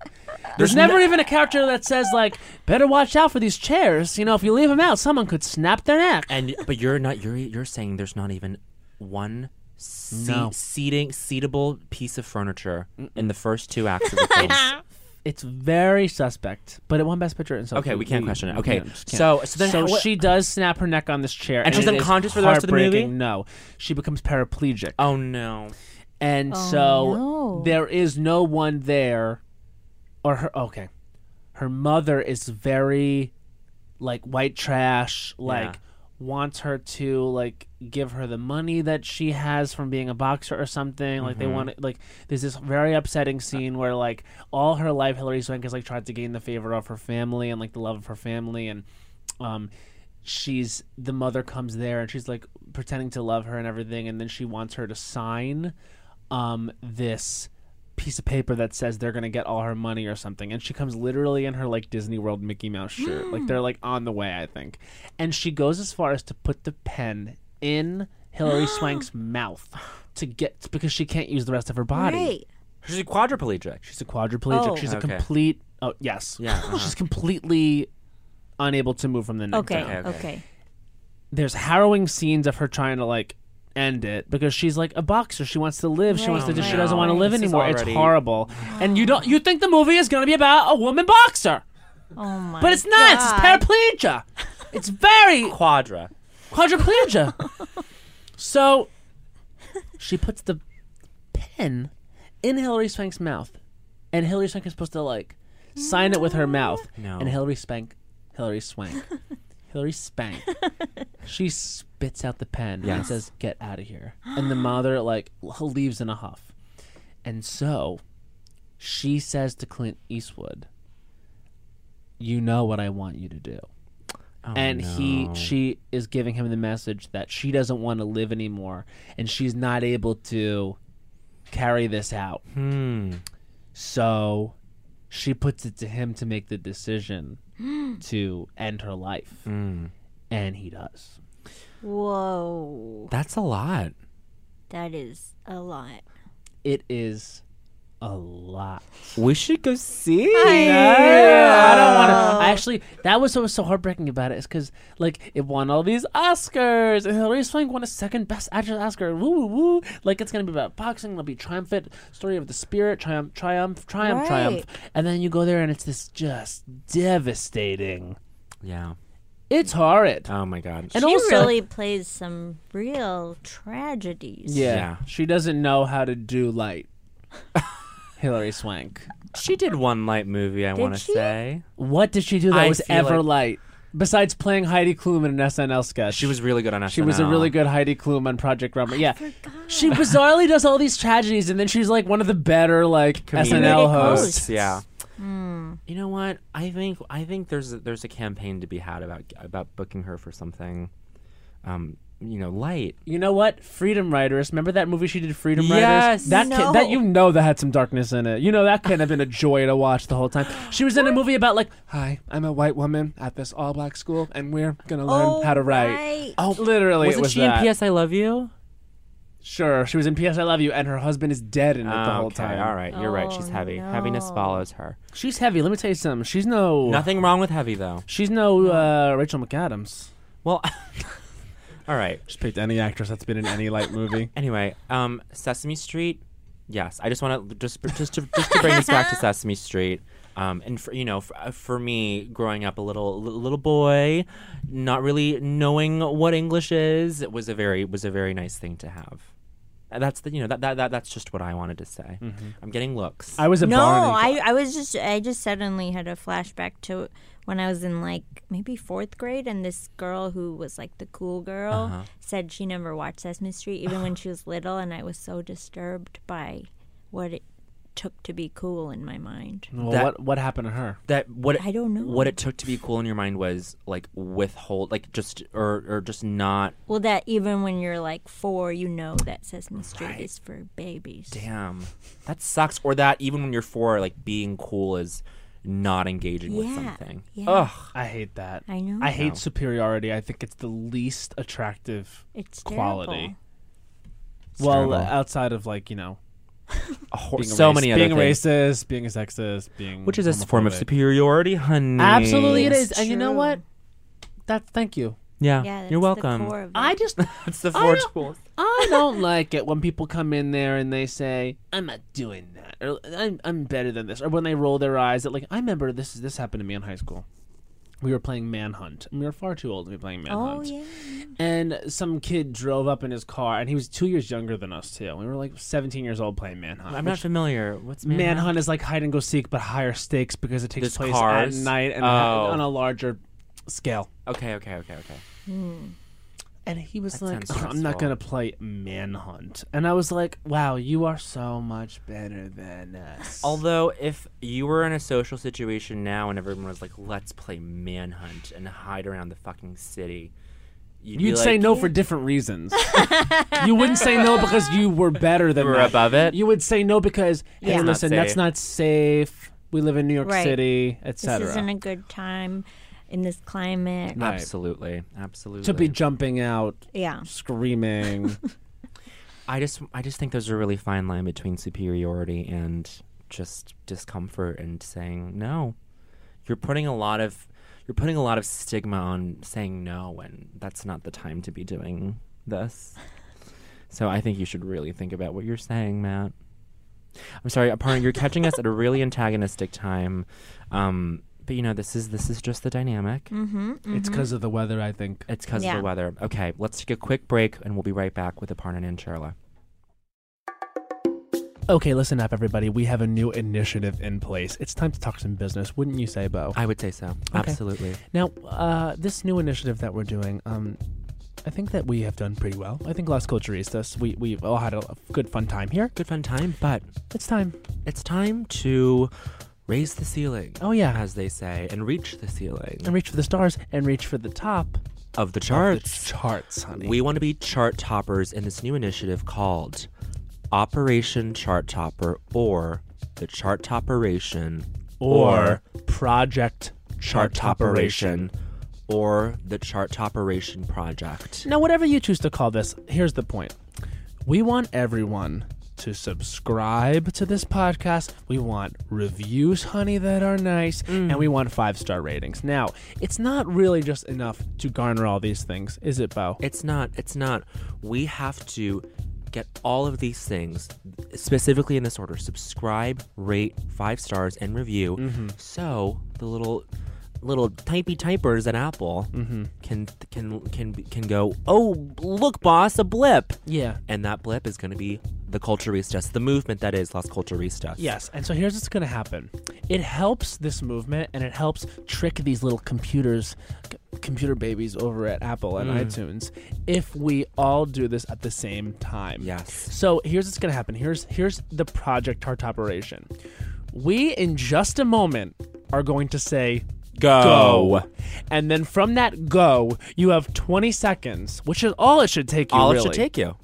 There's, never even a character that says like, "Better watch out for these chairs." You know, if you leave them out, someone could snap their neck. And but you're not. You're you're saying there's not even one se- No. seating seatable piece of furniture in the first two acts of the film. It's very suspect, but it won Best Picture. And so okay, we can't question it. we Okay, can't, just can't. so so then so what- she does snap her neck on this chair, and, she's it is unconscious for the rest of the movie? heartbreaking. No, she becomes paraplegic, Oh no! and Oh, so no. there is no one there, or her. Okay, her mother is very, like white trash, like. Yeah. Wants her to like give her the money that she has from being a boxer or something. Like they want to like there's this very upsetting scene where like all her life Hillary Swank has like tried to gain the favor of her family and like the love of her family and um she's the mother comes there and she's like pretending to love her and everything and then she wants her to sign um this piece of paper that says they're gonna get all her money or something and she comes literally in her like disney world mickey mouse shirt like they're like on the way i think and she goes as far as to put the pen in hillary swank's mouth to get because she can't use the rest of her body Right. She's a quadriplegic. she's a quadriplegic Oh. she's a Okay. complete oh yes Yeah, uh-huh. she's completely unable to move from the neck Okay. down Okay. okay. there's harrowing scenes of her trying to like end it because she's like a boxer. She wants to live. She Right, wants to. right, She doesn't want to right. live This is anymore. It's already- horrible. And you don't. You think the movie is going to be about a woman boxer, Oh my. but it's not. It's paraplegia. It's very Quadra. quadriplegia. so she puts the pen in Hillary Swank's mouth, and Hillary Swank is supposed to like sign it with her mouth. No. And Hillary Swank, Hillary Swank, Hillary Swank. She spits out the pen and Yes. says, "Get out of here!" And the mother like leaves in a huff, and so she says to Clint Eastwood, "You know what I want you to do." Oh, and he no. she is giving him the message that she doesn't want to live anymore and she's not able to carry this out Hmm. so she puts it to him to make the decision to end her life Mm. and he does Whoa. That's a lot. That is a lot. it is a lot We should go see. I don't want to. I actually, that was what was so heartbreaking about it is because like it won all these Oscars and Hillary Swank won a second Best Actress Oscar. Woo woo woo! Like it's gonna be about boxing. It'll be triumphant story of the spirit, triumph, triumph, triumph, Right. triumph. And then you go there and it's this just devastating. Yeah. It's horrid. Oh my god. And she also- really plays some real tragedies. yeah, Yeah. she doesn't know how to do light. Hillary Swank. she did one light movie. I want to she? say What did she do that I was feel ever like- light? Besides playing Heidi Klum in an SNL sketch, she was really good on SNL. She was a really good Heidi Klum on Project Runway. Yeah. Oh, She bizarrely does all these tragedies and then she's like one of the better like Comedic SNL hosts. hosts. Yeah. Hmm. You know what? I think I think there's a, there's a campaign to be had about about booking her for something, um, you know, light. You know what? Freedom Riders. Remember that movie she did Freedom Yes. Riders? That No. ki- that you know that had some darkness in it. You know that could have been a joy to watch the whole time. She was in a movie about like, "Hi, I'm a white woman at this all black school and we're going to learn Oh, how to write." right. Oh, literally Wasn't it was she that. in P.S. I Love You? Sure, she was in PS I Love You and her husband is dead in it the Oh, whole okay, time. All right, you're right. Oh, She's heavy. Heaviness no. follows her. She's heavy. Let me tell you something. She's no Nothing wrong with heavy though. She's no uh, Rachel McAdams. Well, all right. Just picked any actress that's been in any light movie. Anyway, um, Sesame Street. Yes, I just want to just just to just to bring this back to Sesame Street. Um, and for you know, for, uh, for me, growing up a little li- little boy, not really knowing what English is, it was a very was a very nice thing to have. And That's the you know that, that, that that's just what I wanted to say. I'm getting looks. I was a no, Barney. I, I was just I just suddenly had a flashback to when I was in like maybe fourth grade, and this girl who was like the cool girl Uh-huh. said she never watched Sesame Street even when she was little, and I was so disturbed by what it took to be cool in my mind. well, that- what what happened to her? that what it- I don't know. what it took to be cool in your mind was like withhold like just or or just not Well, that even when you're like four, you know that Sesame Street is for babies. damn that sucks or that even when you're four like being cool is not engaging with Yeah, something yeah. ugh I hate that. I know. I hate superiority. I think it's the least attractive. it's quality. terrible. well, terrible. outside of like you know, A hor- being a so rac- many being other things a racist, being a sexist, being which is a form of homophobic. superiority honey Absolutely, it It's is. And you know true. what? That thank you. yeah, Yeah, that's you're the welcome core Oh, of it. I just that's the I four don't- tools I don't like it when people come in there and they say, "I'm not doing that," or "I'm I'm better than this," or when they roll their eyes at like I remember this this happened to me in high school. We were playing Manhunt. and We were far too old to be playing Manhunt. Oh yeah. And some kid drove up in his car, and he was two years younger than us too. We were like 17 years old playing Manhunt. i'm which- not familiar what's Manhunt, manhunt, is like hide and go seek, but higher stakes because it takes There's place cars? at night and Oh. on a larger scale. okay okay okay okay And he was That like, sounds "Oh, I'm stressful. not going to play Manhunt. And I was like, wow, you are so much better than us. Although, if you were in a social situation now and everyone was like, let's play manhunt and hide around the fucking city, you'd, be You'd say like, no for different reasons. you wouldn't say no because you were better than You were that. above it? You would say no because, hey, Yeah. It's not listen, that's safe. not safe. We live in New York Right. City, This etc. isn't a good time in this climate. Right. Absolutely, absolutely. to be jumping out, Yeah. screaming. Mm-hmm. I just, I just think there's a really fine line between superiority and just discomfort and saying no. You're putting a lot of, you're putting a lot of stigma on saying no, and that's not the time to be doing this. So I think you should really think about what you're saying, Matt. I'm sorry, Aparna, you're catching us at a really antagonistic time. Um, but you know, this is this is just the dynamic. It's because of the weather, I think. It's because of Mm-hmm. Yeah. the weather. Okay, let's take a quick break, and we'll be right back with Aparna and Charla. Okay, listen up, everybody. We have a new initiative in place. It's time to talk some business, wouldn't you say, Bo? I would say so. Absolutely. Now, uh, this new initiative that we're doing, um, I think that we have done pretty well. I think Las Culturistas, we, we've all had a good fun time here. Good fun time, but It's time. it's time to raise the ceiling. Oh, yeah. As they say, and reach the ceiling And reach for the stars and reach for the top. of the of the charts. charts, honey. we want to be chart toppers in this new initiative called Operation Chart Topper or the Chart Topperation or Project Chart Chart Operation. Topperation or the Chart Topperation Project. Now, whatever you choose to call this, here's the point. We want everyone to subscribe to this podcast. We want reviews, honey, that are nice, and we want five star ratings. Now, it's not really just enough to garner all these things, is it, Bo? It's not. It's not. We have to get all of these things specifically in this order subscribe, rate, five stars, and review. Mm-hmm. So the little. Little typey typers at Apple Mm-hmm. can can can can go. Oh, look, boss, a blip, yeah. and that blip is going to be the Culturistas, the movement that is Las Culturistas. Yes, and so here's what's going to happen. It helps this movement, and it helps trick these little computers, c- computer babies over at Apple and Mm. iTunes, if we all do this at the same time. Yes. So here's what's going to happen. Here's here's the project Tart operation. We in just a moment are going to say Go. and then from that go, you have 20 seconds, which is all it should take you. all it really should take you.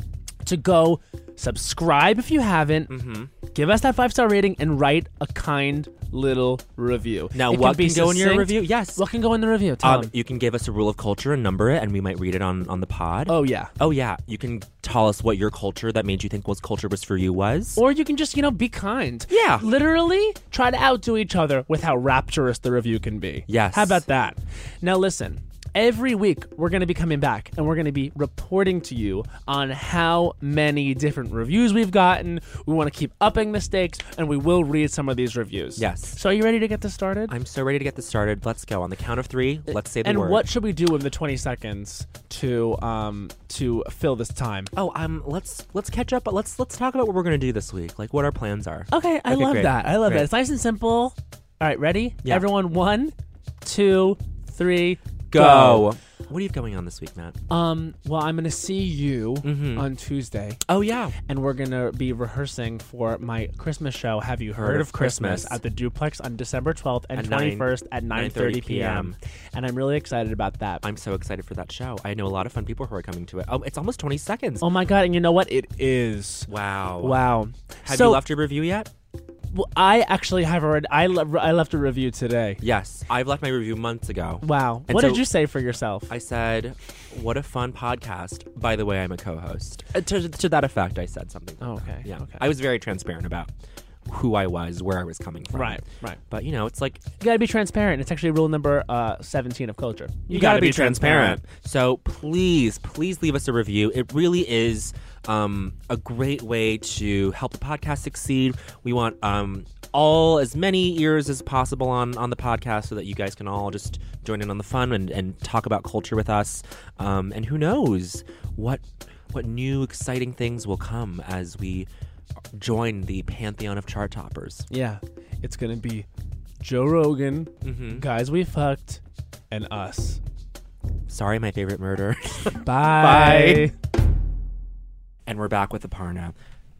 to go subscribe if you haven't Mm-hmm. give us that five star rating and write a kind little review Now, It what be can go in your succinct. review? Yes. what can go in the review Tom? Um, you can give us a rule of culture and number it, and we might read it on on the pod. oh yeah Oh yeah, you can tell us what your culture that made you think was culture was for you was. or you can just you know be kind Yeah. literally try to outdo each other with how rapturous the review can be Yes. how about that now listen Every week, we're going to be coming back and we're going to be reporting to you on how many different reviews we've gotten. We want to keep upping the stakes and we will read some of these reviews. Yes. So, are you ready to get this started? I'm so ready to get this started. Let's go. On the count of three, let's say the and word. what should we do in the 20 seconds to um to fill this time? Oh, um, let's let's catch up. But let's let's talk about what we're gonna do this week, like what our plans are. Okay, I Okay, love great, that. I love great. that. It's nice and simple. All right, ready? Yeah. Everyone, one, two, three, What are you going on this week, Matt? go. Um, well, I'm gonna see you Mm-hmm. on Tuesday, Oh yeah. and we're gonna be rehearsing for my Christmas show. Have you heard, Heard of, of Christmas? Christmas. at the Duplex on December 12th and At nine- 21st at 9:30 p.m. And I'm really excited about that. I'm so excited for that show. I know a lot of fun people who are coming to it. Oh, it's almost 20 seconds. oh my god! And you know what? It is. Wow. Wow. Have so, you left your review yet? Well, I actually have already. I, le- I left a review today. Yes, I've left my review months ago. Wow. And what so- did you say for yourself? I said, "What a fun podcast." By the way, I'm a co-host. Uh, to, to that effect, I said something. like Oh, that. okay, Yeah. okay. I was very transparent about who I was, where I was coming from. right. Right. But you know, it's like You gotta be transparent. It's actually rule number uh, 17 of culture. You, gotta, be transparent. So please, please leave us a review. It really is um, a great way to help the podcast succeed. We want um, all as many ears as possible on on the podcast, so that you guys can all just join in on the fun and, and talk about culture with us. Um, and who knows what what new exciting things will come as we join the pantheon of chart toppers. Yeah. It's gonna be Joe Rogan, guys we fucked, and us. Sorry, my favorite murder. Bye. And we're back with Aparna.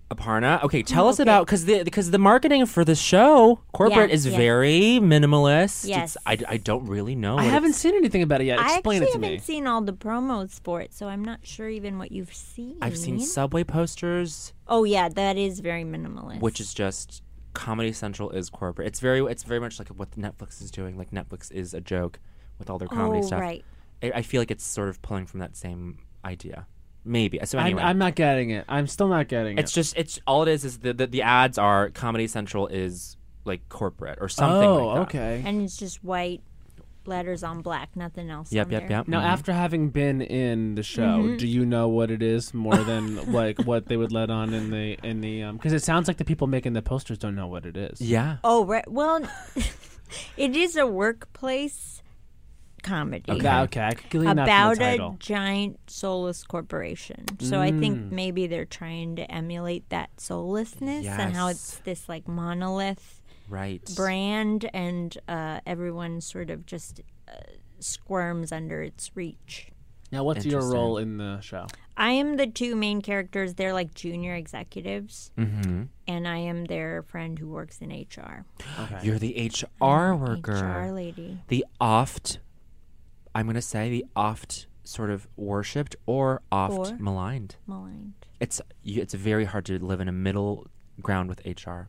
Aparna, okay, tell us about because the because the marketing for the show corporate Yeah, is yeah. very minimalist. It's, Yes. I, I don't really know. I what haven't it's- seen anything about it yet. I Explain actually it to haven't me. seen all the promos for it, so I'm not sure even what you've seen. I've seen subway posters, Oh yeah, that is very minimalist. which is just Comedy Central is corporate. It's very it's very much like what Netflix is doing. Like Netflix is a joke with all their comedy oh stuff. right. I, I feel like it's sort of pulling from that same idea. Maybe. So I'm, anyway, I'm not getting it. I'm still not getting It's it. just it's all it is is the, the the ads are Comedy Central is like corporate or something. oh, like that. okay. And it's just white letters on black, nothing else. Yep, on yep, there. yep. Now, Mhm. after having been in the show, Mm-hmm. do you know what it is more than like what they would let on in the in the um? Because it sounds like the people making the posters don't know what it is. yeah. Oh right. Well, it is a workplace comedy. Yeah, okay. I could clean up from About the a title. Mm. giant soulless corporation. So I think maybe they're trying to emulate that soullessness and how it's Yes. this like monolith Right. brand and uh, everyone sort of just uh, squirms under its reach. Now, what's your Interesting. role in the show? I am the two main characters. They're like junior executives, Mm-hmm. and I am their friend who works in HR. You're the HR worker. HR lady. The oft, I'm going to say the oft sort of worshipped or oft Or. maligned. Maligned. It's you, it's very hard to live in a middle ground with HR,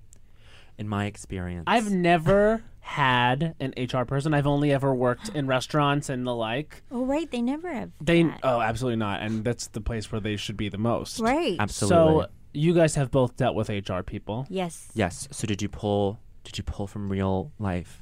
in my experience. I've never had an HR person. I've only ever worked in restaurants and the like. Oh, right. They never have. They that. oh, absolutely not. And that's the place where they should be the most. Right. absolutely. So you guys have both dealt with HR people. yes. yes. So did you pull? Did you pull from real life?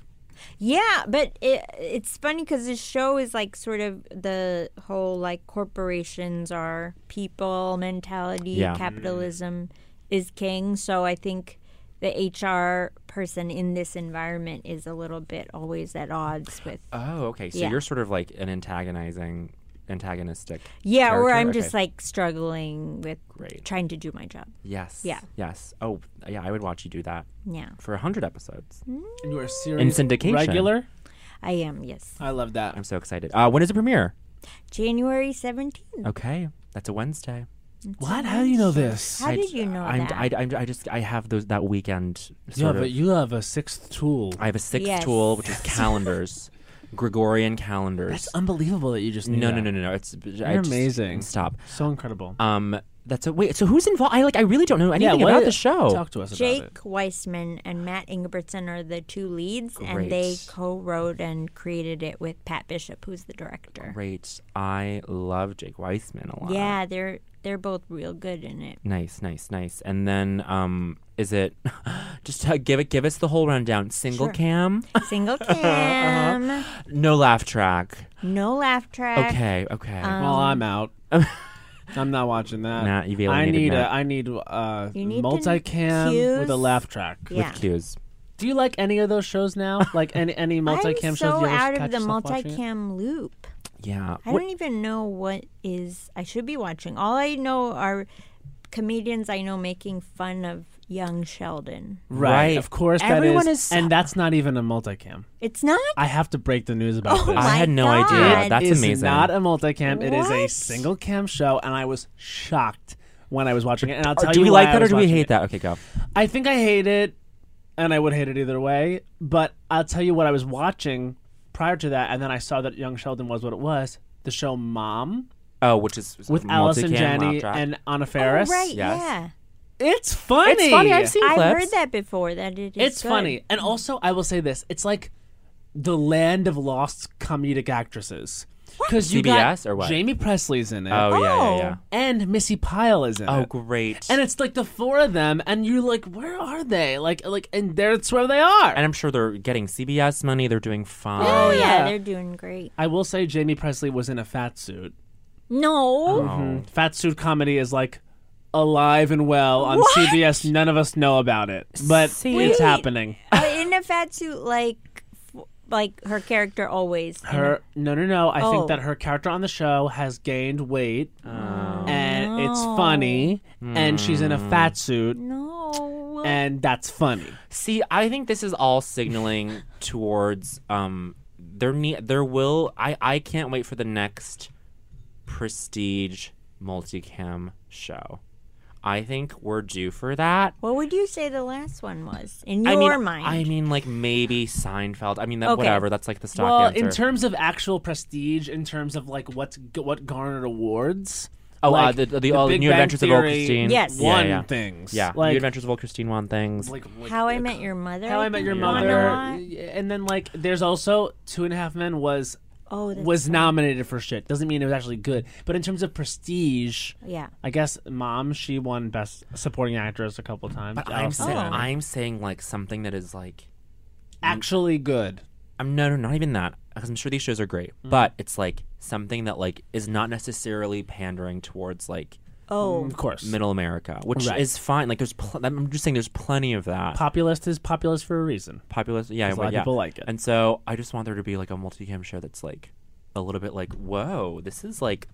Yeah, but it, it's funny because this show is like sort of the whole like corporations are people mentality, Yeah. capitalism is king. So I think the HR person in this environment is a little bit always at odds with. Oh, okay. So Yeah. you're sort of like an antagonizing, antagonistic. yeah, or character? I'm Okay. just like struggling with Great. trying to do my job. Yes. Yeah. Yes. Oh, yeah. I would watch you do that Yeah, for a hundred episodes Mm. You are in serious syndication. regular. I am, yes. Uh I love that. I'm so excited. Uh, when is the premiere? January 17th. Okay, that's a Wednesday. What? How do you know this? How did you know I'm, that? I, I'm, I just I have those that weekend. Yeah, Sort but of, you have a sixth tool. I have a sixth Yes. tool, which is calendars, Gregorian calendars. That's unbelievable that you just knew no, no, that. no, no, no. It's I You're just- amazing. Stop. So incredible. Um, That's a wait. So who's involved? I like. I really don't know anything what- about the show. Talk to us about it. Jake Weissman and Matt Ingebrigtsen are the two leads, and they Great. co-wrote and created it with Pat Bishop, who's the director. Great. I love Jake Weissman a lot. Yeah, they're they're both real good in it. Nice, nice, nice. And then, um, is it just uh, give it? Give us the whole rundown. Single Sure. cam, Single Uh-huh. cam, no laugh track. no laugh track. Okay, okay. Well, I'm out. I'm not watching that. Um, Nah, you've I alienated need Matt. a I need uh You need to- multicam with a cues. laugh track. Yeah. Cues. Do you like any of those shows now? Like any any multicam I'm shows you so ever out catch of the yourself watching it? multicam loop. Yeah. I What- don't even know what is I should be watching. All I know are comedians I know making fun of young Sheldon. Right. Right. Of course Everyone that is, is so- and that's not even a multicam. It's not. I have to break the news about Oh this. my I had no idea. God. That's it is amazing. not a multicam. It is a What? single cam show, and I was shocked when I was watching it. And I'll tell do you we why like that I or was do we watching hate it. that? Okay, go. I think I hate it, and I would hate it either way. But I'll tell you what I was watching prior to that, and then I saw that Young Sheldon was what it was. The show Mom Oh, which is with multicam, Allison laugh Janney track. and Anna Oh, Faris. right. Yes. Yeah. It's funny. It's funny, I've seen- I've clips. heard that before. That it is. It's good. funny. And also, I will say this it's like the land of lost comedic actresses. Because you CBS got or what? Jamie Presley's in it, oh, yeah, yeah, Oh. yeah. and Missy Pyle is in Oh, it. great. And it's like the four of them, and you're like, where are they? Like, like, and that's where they are. and I'm sure they're getting CBS money. They're doing fine. Oh yeah, Yeah. they're doing great. I will say Jamie Presley was in a fat suit. No. Oh. Mhm. Fat suit comedy is like alive and well on What? CBS. None of us know about it, but Wait. it's happening. Uh, in a fat suit, like f- like her character always. in a- Her no no no. I Oh. think that her character on the show has gained weight, Oh. and it's No. funny, and she's in a Hmm. fat suit, no. and that's funny. See, I think this is all signaling towards um there need there will I I can't wait for the next prestige multicam show. I think we're due for that. what would you say the last one was in I your mean, mind? I mean, like maybe Seinfeld. I mean, that Okay. whatever. That's like the stock well, answer. in terms of actual prestige, in terms of like what's g- what garnered awards. oh, like, uh, the, the, all the Big new Bang adventures of Old Theory Christine. Yes. yeah, won yeah. things. Yeah, like new adventures of Old Christine won things. like, like How I Met Your Mother. How I Met think, Your won a Mother, lot. and then like there's also Two and a Half Men was Oh, that's, was nominated for shit. Doesn't mean it was actually good, but in terms of prestige, yeah. I guess Mom she won Best Supporting Actress a couple times. Uh, but I'm Allison saying, Janney. I'm saying like something that is like actually good. I'm no, no, not even that. Because I'm sure these shows are great, but it's like something that like is not necessarily pandering towards like Oh, Of course, middle America, which Right. is fine. Like there's, pl- I'm just saying, there's plenty of that. populist is populist for a reason. Populist, yeah, There's a well, lot of yeah. people like it. And so I just want there to be like a multicam show that's like a little bit like, whoa, this is like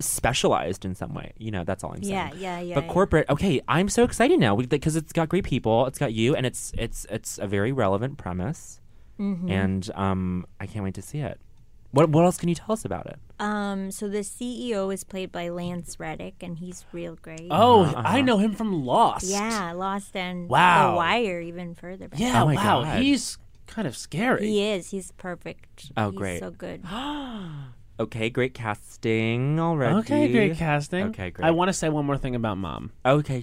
specialized in some way. You know, that's all I'm saying. yeah, yeah, yeah. But yeah. corporate, okay, I'm so excited now because it's got great people. It's got you, and it's it's it's a very relevant premise, Mm-hmm. and um, I can't wait to see it. What what else can you tell us about it? Um, so the CEO is played by Lance Reddick, and he's real great. Oh, Uh-huh. I know him from Lost. yeah, Lost and Wow. The Wire, even further back. yeah. Oh my wow, God. he's kind of scary. he is. He's perfect. Oh, He's great. So good. Okay, great casting already. Okay, great casting. Okay, great. I want to say one more thing about Mom Okay,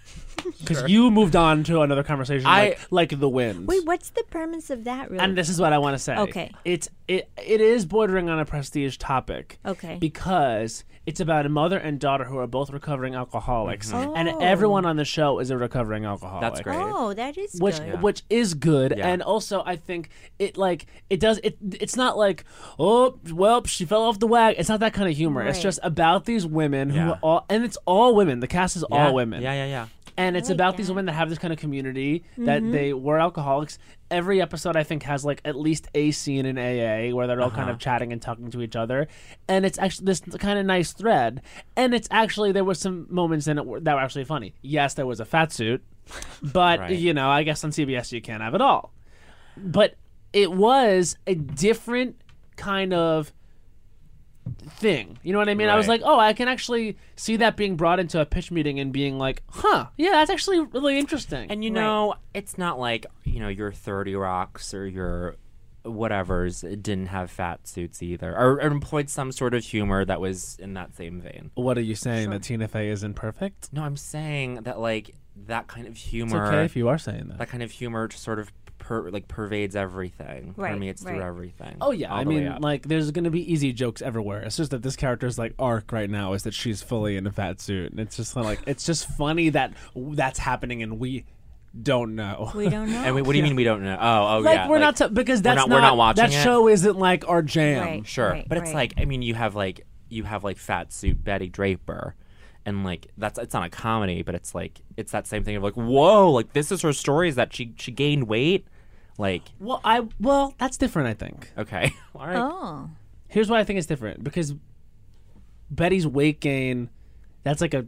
because you moved on to another conversation, I- like, like the wind. Wait, what's the premise of that? Really? and this is what I want to say. Okay. It's it it is bordering on a prestige topic. Okay. Because it's about a mother and daughter who are both recovering alcoholics, and everyone on the show is a recovering alcoholic. Mm-hmm. that's great. oh, that is Which good. which is good, Yeah. and also I think it like it does it. It's not like oh well she fell off the wag. It's not that kind of humor. It's Right. just about these women who Yeah. are all and it's all women. The cast is Yeah, all women Yeah, yeah, yeah. and it's like about these that. Mm-hmm. women that have this kind of community that they were alcoholics. Every episode, I think, has like at least a scene in AA where they're all kind of chatting and talking to each other, and it's actually this kind of nice thread. And it's actually there was some moments in it where- that were actually funny. Yes, there was a fat suit, but Right. you know, I guess on CBS you can't have it all. But it was a different kind of thing. You know what I mean? I was Right. like, oh, I can actually see that being brought into a pitch meeting and being like, huh, yeah, that's actually really interesting. And you Right. know, it's not like you know your Thirty Rocks or your whatever's didn't have fat suits either, or, or employed some sort of humor that was in that same vein. What are you saying? That Tina Fey isn't perfect? No, I'm saying that like that kind of It's humor, okay if you are saying that. that kind of humor, just sort of per, like pervades everything. Right, For me, it's through right. everything. Oh yeah, all I the way mean, up. like, there's gonna be easy jokes everywhere. It's just that this character's like arc right now is that she's fully in a fat suit, and it's just kinda like it's just funny that that's happening, and we don't know. We don't know. and wait, what do you mean we don't know? Oh, oh like yeah, we're not t- because that's not- we're not watching that it. show isn't like our jam. Right. Sure, but it's right. like I mean, you have like you have like fat suit Betty Draper, and like that's it's not a comedy, but it's like it's that same thing of like whoa, like this is her story is that she she gained weight, like Well, I well that's different. I think okay, all right, Oh. here's why I think it's different because Betty's weight gain, that's like a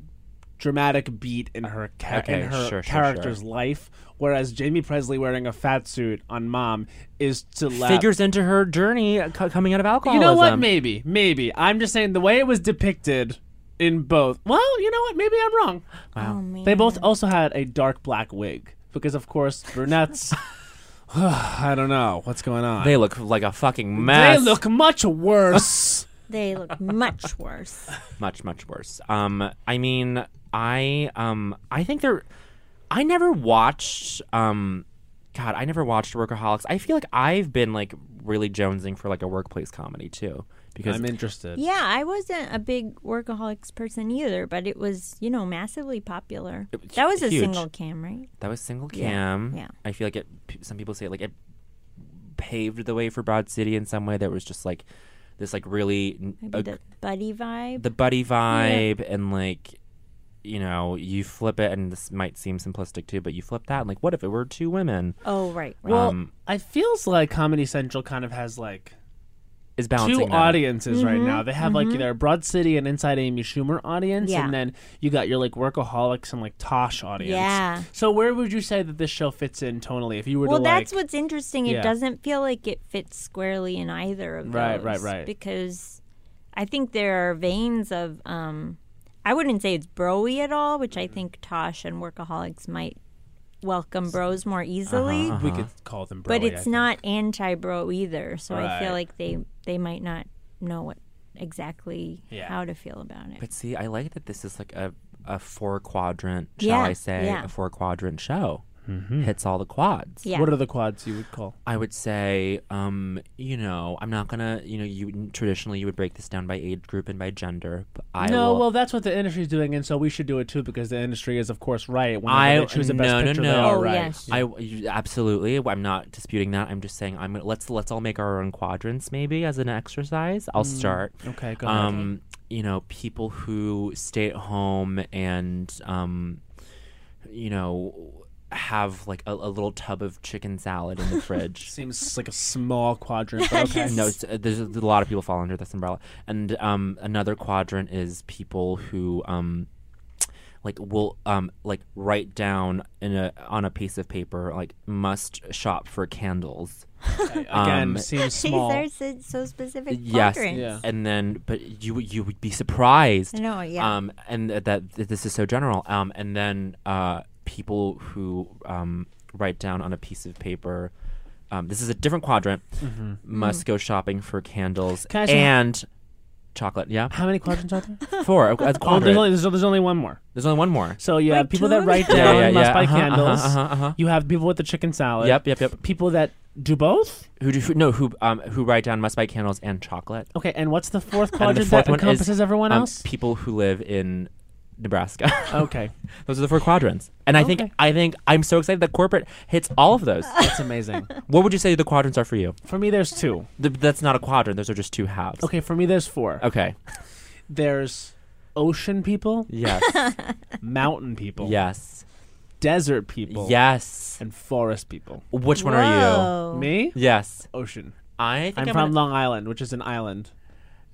dramatic beat in her ca- Okay, in sure, her sure, character's life. Whereas Jamie Presley wearing a fat suit on Mom is to la- figures into her journey uh, co- coming out of You alcoholism. know what? Maybe, maybe. I'm just saying the way it was depicted in both. Well, you know what? Maybe I'm wrong. Oh man. They both also had a dark black wig because, of course, brunettes. I don't know what's going on. They look like a fucking they mess. look much worse. They look much worse. much much worse. Um, I mean, I um, I think they're. I never watched. Um, God, I never watched Workaholics. I feel like I've been like really jonesing for like a workplace comedy too because I'm interested. Yeah, I wasn't a big workaholics person either, but it was, you know, massively popular. was That was a huge. single cam, right? that was single Yeah, cam. yeah. I feel like it. p- Some people say like it paved the way for Broad City in some way. There was just like this like really n- Maybe ag- the buddy vibe. the buddy vibe and like you know you flip it and this might seem simplistic too but you flip that and like what if it were two women oh, right, right. Well, Um, I feels like Comedy Central kind of has like is two balancing that. audiences Mm-hmm. right now. They have like their Broad City and Inside Amy Schumer audience, Yeah. and then you got your like workaholics and like Tosh audience. Yeah. So where would you say that this show fits in tonally? If you were well, to that's like, what's interesting. Yeah. It doesn't feel like it fits squarely in either of Right, those. right, right. Because I think there are veins of, um, I wouldn't say it's broy at all, which I think Tosh and workaholics might welcome bros more easily. we Uh-huh. could call them, But Uh-huh, broy, I it's think. not anti-bro either, so I Right. feel like they they might not know what exactly Yeah. how to feel about it. but see i like that this is like a, a four quadrant shall Yeah, i say yeah. a four quadrant show Mm-hmm. hits all the quads yeah. What are the quads you would call? i would say um you know i'm not gonna you know you traditionally you would break this down by age group and by gender but i no, will, well, that's what the industry's doing, and so we should do it too because the industry is, of course, right. When I- they choose the best no, no, picture, no. they are Oh, right. yes. I you- absolutely. I'm not disputing that. I'm just saying I'm gonna, let's let's all make our own quadrants maybe as an exercise. I'll start. Mm, Okay, go ahead. Um, you know, people who stay at home and um, you know, have like a, a little tub of chicken salad in the fridge. Seems like a small quadrant, but okay. No, it's, uh, there's a there's a lot of people fall under this umbrella. And um, another quadrant is people who um, like will um, like write down in a on a piece of paper like must shop for candles. Again, um, seems These small. are so, so specific. Yes, quadrants. Yeah. and then but you would- you would be surprised. No, Uh, yeah. Um, and th- that th- this is so general. Um, and then uh, people who um, write down on a piece of paper. Um, this is a different quadrant. Must go shopping for candles Can I ask you- and chocolate. Yeah, How many quadrants are there? four. a- a Oh, there's quadrant. only, there's, there's only one more. There's only one more. So you have people two that of write them? down Yeah, yeah, must yeah. buy Uh-huh, uh-huh, candles. uh-huh, uh-huh. You have people with the chicken salad. Yep, yep, yep. People that do both. Who, do, who no who um who write down must buy candles and chocolate. Okay, and what's the fourth And quadrant the fourth that one encompasses is everyone um, else? people who live in Nebraska. okay, Those are the four quadrants. And I Okay. think I think I'm so excited that corporate hits all of those. that's amazing. what would you say the quadrants are for you? For me, there's two. Th- that's not a quadrant. Those are just two halves. Okay, for me, there's four. Okay. There's ocean people, Yes. mountain people, yes. desert people, Yes. and forest people. Which one are Whoa. Me, you? Yes. ocean. Oh. I think I'm, I'm, from Long Island, which is an island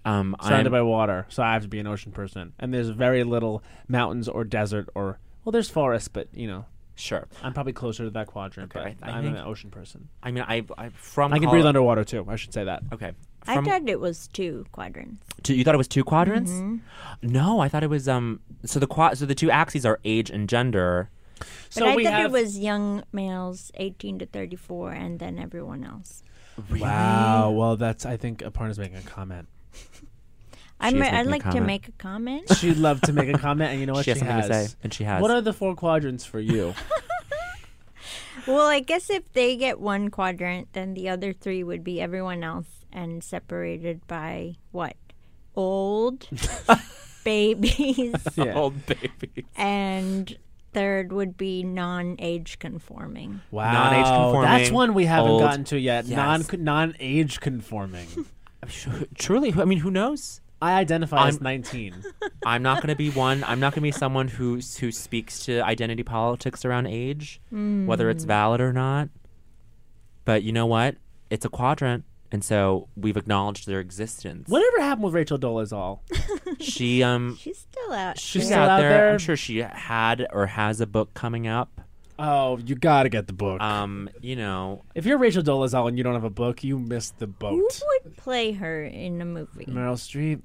Gonna, um, surrounded I'm, by water, so I have to be an ocean person. And there's very little mountains or desert or well, there's forests, but you know, sure. I'm probably closer to that quadrant. Okay, but I- I I'm think- an ocean person. I mean, I I from I can Colo- breathe underwater too. I should say that. Okay. I From, thought it was two quadrants. two, you thought it was two quadrants? Mm-hmm. No, I thought it was um. So the qua so the two axes are age and gender. So but I we thought have it was young males 18 to 34 and then everyone else. Wow. Well, that's I think Aparna's making a comment. I'm, She is making I'd a like to comment. make a comment. She'd love to make a comment, and you know what? she has something to say, and she has. What are the four quadrants for you? Well, I guess if they get one quadrant, then the other three would be everyone else and separated by what? Old babies. Yeah. Old baby. And third would be non age conforming. Wow, Non-age That's conforming, one we haven't old. gotten to yet. Yes. Non non age conforming. Truly, who- I mean, who knows? I identify as I'm- 19. I'm not going to be one. I'm not going to be someone who who speaks to identity politics around age, whether Hmm. it's valid or not. But you know what? It's a quadrant, and so we've acknowledged their existence. Whatever happened with Rachel Dolezal? She um She's still out. She's she's still out, out there. there? I'm sure she had or has a book coming up. Oh, you gotta get the book. Um, you know, if you're Rachel Dolezal and you don't have a book, you missed the Who boat. would play her in a movie? Meryl Streep.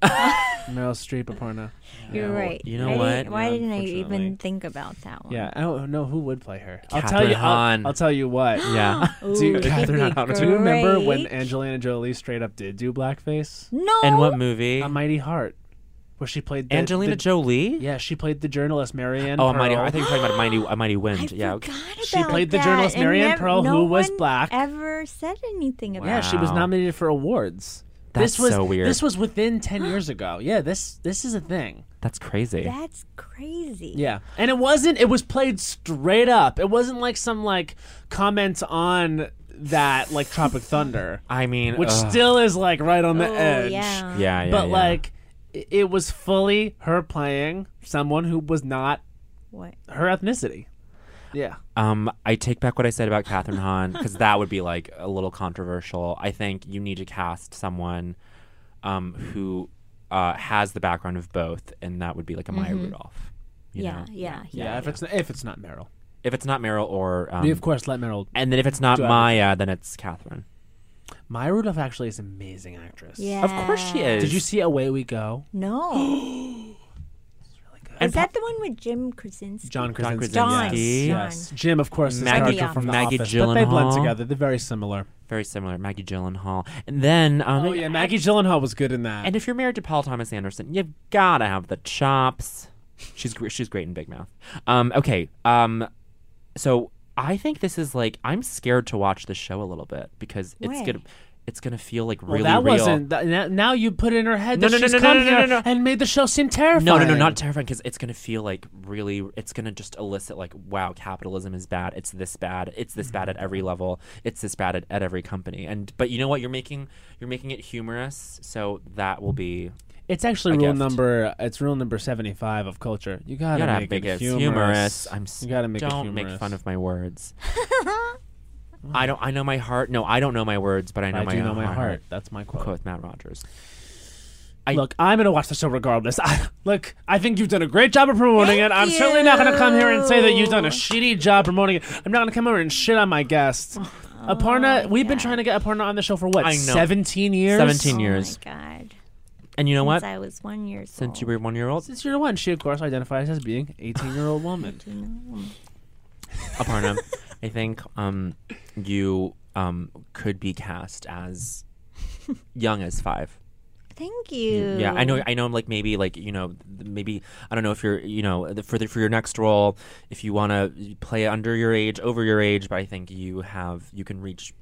Meryl Streep, Aparna. You're right. you know I what? Didn't, why Yeah, didn't I unfortunately. even think about that one? Yeah, I don't know who would play her. I'll tell Catherine you. I'll, Hahn. I'll tell you what. yeah. Ooh, Do you- that'd Catherine be Hahn. Do you remember when great. Angelina Jolie straight up did do blackface? No. and what movie? A Mighty Heart, where she played the, Angelina the- Jolie. Yeah, she played the journalist Marianne. Oh, a mighty. Pearl. I think you're talking about a mighty, a mighty wind. I yeah. okay. forgot about She played the that, journalist and Marianne nev- Pearl, no who was one black. Ever said anything about? Yeah, she was Wow. nominated for awards. this That's was so weird. this was within 10 years ago. Yeah, this this is a thing. That's crazy. That's crazy. Oh, Yeah. And it wasn't it was played straight up. It wasn't like some like comment on that like Tropic Thunder, I mean, which ugh. still is like right on the Oh, edge. yeah. Yeah, yeah. But yeah. like i- it was fully her playing someone who was not What? her ethnicity. Yeah. um, I take back what I said about Catherine Hahn because that would be like a little controversial. I think you need to cast someone, um, who, uh, has the background of both, and that would be like a Maya Rudolph. You Yeah, know? yeah, Yeah, yeah. if it's if it's not Meryl. If it's not Meryl or, um, of course let Meryl. and then if it's not Do I- Maya, then it's Catherine. Maya Rudolph actually is an amazing actress. Yeah. Of course she is. Did you see Away We Go? No. And Is that the one with Jim Krasinski? John Krasinski. John. Krasinski. Yes. Jim, of course, is Maggie- Maggie from the Maggie office, but they blend Gyllenhaal. together. They're very similar. very similar? Maggie Gyllenhaal, and then um, Oh yeah, Maggie Gyllenhaal was good in that. And if you're married to Paul Thomas Anderson, you've gotta have the chops. She's gr- she's great in Big Mouth. Um, okay. Um, so I think this is like I'm scared to watch this show a little bit because Why? it's gonna it's gonna feel like well, really that real. wasn't. That, now- now you put it in her head No, that no, no, she's no, come no, no, here no, no. and made the show seem terrifying. no, no, no, not terrifying because it's gonna feel like really. It's gonna just elicit like, wow, capitalism is bad. It's this bad. It's this bad at Mm-hmm. every level. It's this bad at, at every company. And but you know what? You're making you're making it humorous, so that will be It's actually A rule gift. number. It's rule number seventy-five of culture. You gotta, You gotta make, make it it humorous. humorous. I'm s- you gotta make don't it humorous. make fun of my words. I don't. I know my heart. No, I don't know my words, but I know I my do know own my heart. That's my quote. Quote Matt Rogers. I- look, I'm gonna watch the show regardless. I, look, I think you've done a great job of promoting it. I'm certainly not gonna come here and say that you've done a shitty job promoting it. I'm not gonna come over and shit on my guests. Aparna, we've been trying to get Aparna on the show for what? I know. 17 years. Oh 17 my years. God. And you know Since what? I was one year Since you old. were one year old, Since you're one, she of course identifies as being 18 year old woman. You know. Aparna, I think um, you um, could be cast as young as five. Thank you. Yeah, I know. I know. I'm like maybe like you know th- maybe I don't know if you're you know the- for the, for your next role if you want to play under your age, over your age, but I think you have you can reach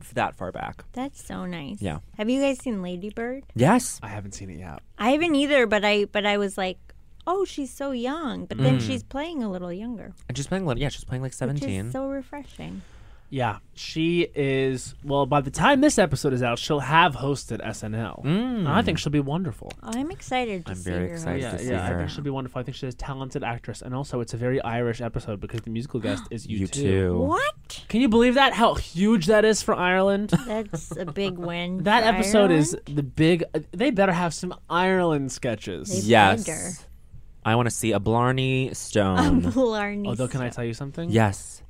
f- that far back. That's so nice. Yeah. Have you guys seen Ladybird? Yes. I haven't seen it yet. I haven't either, but I but I was like, oh, she's so young, but then she's playing a little younger, And she's playing. li- Yeah, she's playing like which seventeen. is so refreshing. Yeah, she is. Well, by the time this episode is out, she'll have hosted SNL. Mm. I think she'll be wonderful. I'm excited to I'm see very her. excited. yeah, to see yeah, I her. think she'll be wonderful. I think she's a talented actress, and also it's a very Irish episode because the musical guest is you, you too. too. What? Can you believe that? How huge that is for Ireland. That's a big win. That for episode is Ireland. the big. They better have some Ireland sketches. They- Better. Yes. I want to see a Blarney Um, Stone. Blarney um, Although, can I Stone. tell you something? yes.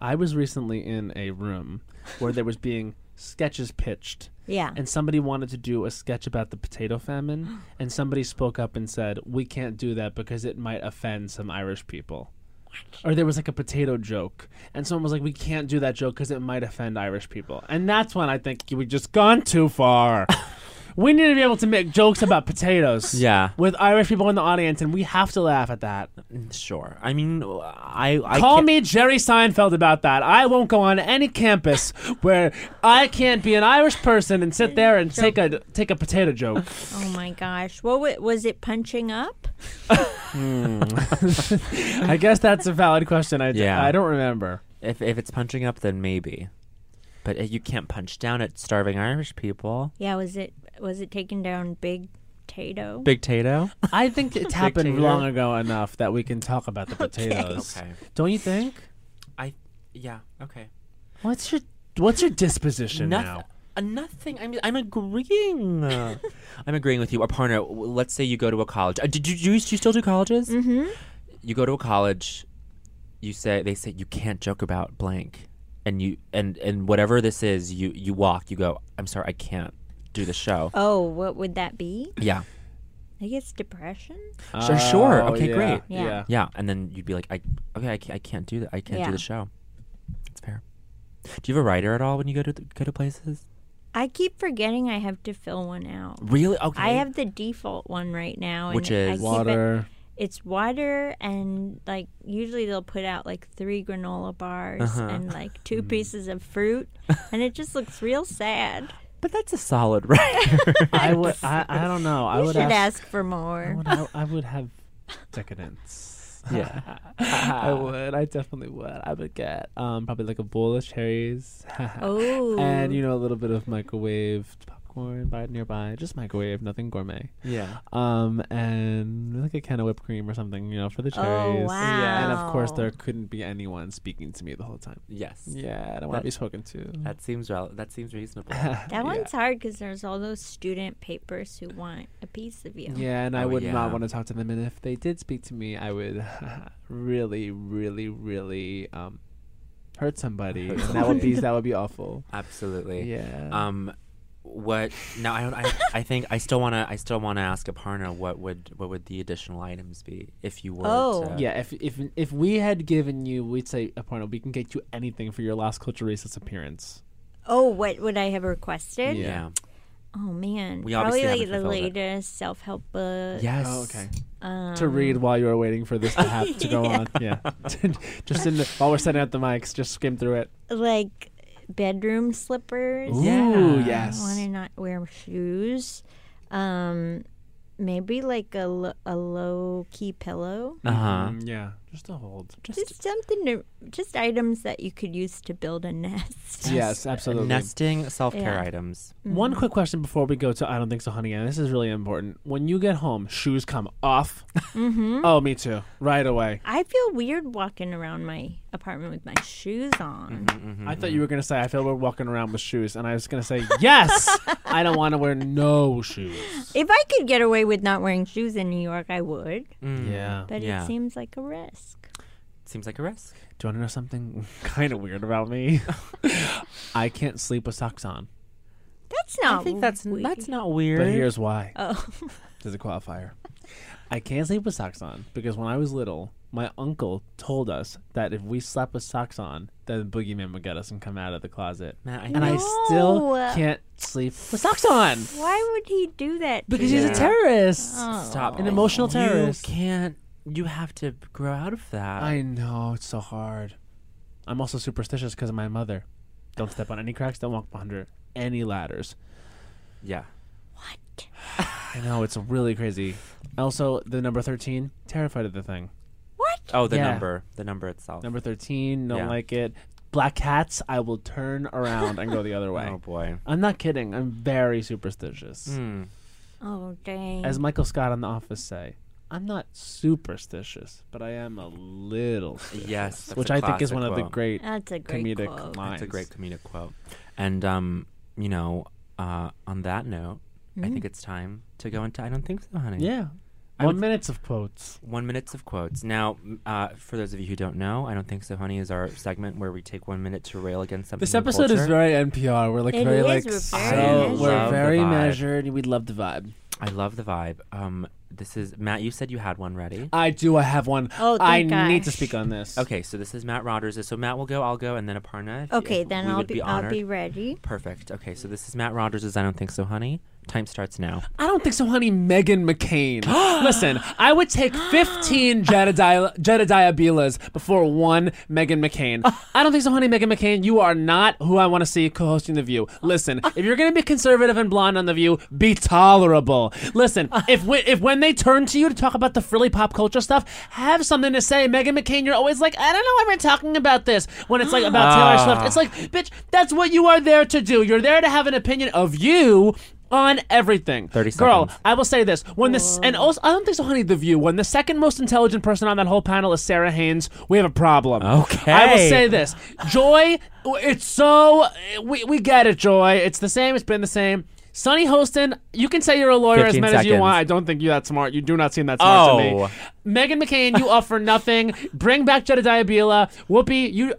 I was recently in a room where there was being sketches pitched, Yeah. and somebody wanted to do a sketch about the potato famine, and somebody spoke up and said, "We can't do that because it might offend some Irish people." or there was like a potato joke, and someone was like, "We can't do that joke because it might offend Irish people," and that's when I think we've just gone too far. we need to be able to make jokes about potatoes, Yeah. with Irish people in the audience, and we have to laugh at that. Sure. I mean, I, I Call can't- me Jerry Seinfeld about that. I won't go on any campus where I can't be an Irish person and sit there and take a take a potato joke. Oh my gosh. What wa- was it punching up? I guess that's a valid question. I, Yeah. I don't remember. If if it's punching up, then maybe. But uh, you can't punch down at starving Irish people. Yeah, was it was it taking down Big Tato? Big Tato. I think it's happened Potato. long ago enough that we can talk about the potatoes. Don't you think? I. Yeah. Okay. What's your What's your disposition now? uh, nothing. I'm. I'm agreeing. I'm agreeing with you, Aparna. w- Let's say you go to a college. Uh, did you do? You still do colleges? Mm-hmm. You go to a college. You say they say you can't joke about blank, and you and and whatever this is, you you walk. You go. I'm sorry, I can't do the show. Oh, what would that be? Yeah. I guess depression? Sure. sure. Oh, Okay. yeah, Great. Yeah. Yeah. Yeah, and then you'd be like, I okay, I can't, I can't do that. I can't Yeah. do the show. It's fair. Do you have a writer at all when you go to th- go to places? I keep forgetting I have to fill one out. Really? Okay. I have the default one right now, and Which I is- keep it- it's water, and like usually they'll put out like three granola bars Uh-huh. and like two Mm-hmm. pieces of fruit, and it just looks real sad. but that's a solid writer. I would. I, I don't know. I You would should ask. ask, for I more. would, I, I would have decadence. yeah. I would. I definitely would. I would get um, probably like a bowl of cherries. Oh, And you know a little bit of microwaved popcorn by nearby, just microwave, nothing gourmet. Yeah. Um, and like a can of whipped cream or something, you know, for the Oh, cherries. Yeah. And of course, there wow. couldn't be anyone speaking to me the whole time. Yes. Yeah, I don't want to be spoken to. That seems rel- that seems reasonable. that one's hard because there's all those student papers who want a piece of you. Yeah, and I Oh, would not yeah. want to talk to them. And if they did speak to me, I would really, really, really um, hurt somebody. and that would be that would be awful. Absolutely. Yeah. Um what now I don't I, I think I still want to I still want to ask Aparna what would what would the additional items be if you were Oh. to Yeah, if if if we had given you, we'd say, Aparna, we can get you anything for your last culturalist appearance. Oh, what would I have requested? Yeah. Yeah. Oh man, We obviously probably like haven't the fulfilled it. latest self-help book. Yes. Um, to read while you were waiting for this to happen to go on. Yeah. just in the, while we're setting up the mics, just skim through it. like bedroom slippers. Ooh, Yeah. yes. I want to not wear shoes. Um, maybe like a, lo- a low key pillow. Uh-huh. Mm-hmm. Mm, yeah. Just a hold. Just something to, just items that you could use to build a nest. yes, absolutely. Nesting self-care Yeah. items. One quick question before we go to I don't think so, honey. And this is really important. When you get home, shoes come off. Mm-hmm. Oh, me too. Right away. I feel weird walking around my apartment with my shoes on. I thought you were gonna say I feel we're walking around with shoes, and I was gonna say yes. I don't want to wear no shoes. If I could get away with not wearing shoes in New York, I would. Yeah. But Yeah. it seems like a risk. Mm. Seems like a risk. Do you want to know something kind of weird about me? I can't sleep with socks on. That's not. I think that's weird. that's not weird. But here's why. Oh, There's a qualifier. I can't sleep with socks on because when I was little, my uncle told us that if we slept with socks on, then the boogeyman would get us and come out of the closet. Matt, I And I still No. can't sleep with socks on why would he do that? to because you? Oh. he's a terrorist. stop An emotional terrorist. You can't. You have to grow out of that. I know it's so hard. I'm also superstitious because of my mother. Don't step on any cracks. Don't walk under any ladders. yeah. I know it's really crazy. Also, the number thirteen, terrified of the thing. Oh, the Yeah. number. The number itself. Number thirteen, don't Yeah. like it. Black cats, I will turn around and go the other way. Oh boy. I'm not kidding. I'm very superstitious. Hmm. Oh dang! As Michael Scott on The Office say, I'm not superstitious, but I am a little, Yes. that's which a I think is classic one of the quote. great That's a great comedic quote. lines. That's a great comedic quote. And um, you Mm-hmm. know, uh, on that note, I think it's time to go into. I don't think so, honey. Yeah. I One would- minutes of quotes. One minutes of quotes. Now, m- uh, for those of you who don't know, I don't think so, honey, is our segment where we take one minute to rail against something. This in episode is culture. very NPR. We're like It very is, like we're so very measured. we're Love the very vibe. measured. and We love the vibe. I love the vibe. Um, this is Matt. You said you had one ready. I do. I have one. Oh, I thank need to gosh. speak on this. Okay, so this is Matt Rogers. So Matt will go, I'll go, and then Aparna. if- Okay, if then we I'll would be, I'll honored. be ready. Perfect. Okay, so this is Matt Rogers' I Don't Think So, Honey. Time starts now. I don't think so, honey. Megan McCain. Listen, I would take 15 Jedediah, Jedediah Bilas before one Megan McCain. I don't think so, honey, Megan McCain. You are not who I want to see co hosting The View. Listen, if you're going to be conservative and blonde on The View, be tolerable. Listen, if, we, if when they turn to you to talk about the frilly pop culture stuff, have something to say. Megan McCain, you're always like, I don't know why we're talking about this. When it's like about Taylor Swift, it's like, bitch, that's what you are there to do. You're there to have an opinion of you on everything. 30 Girl, seconds. I will say this. When this and also I don't think so, honey, the view. When the second most intelligent person on that whole panel is Sarah Haynes, we have a problem. Okay. I will say this. Joy, it's so we, we get it, Joy. It's the same, it's been the same. Sonny Hostin, you can say you're a lawyer as 15 mad as you seconds. want. I don't think you're that smart. You do not seem that smart to me. Oh. Megan McCain, you offer nothing. Bring back Jedediah Bila. Whoopi, you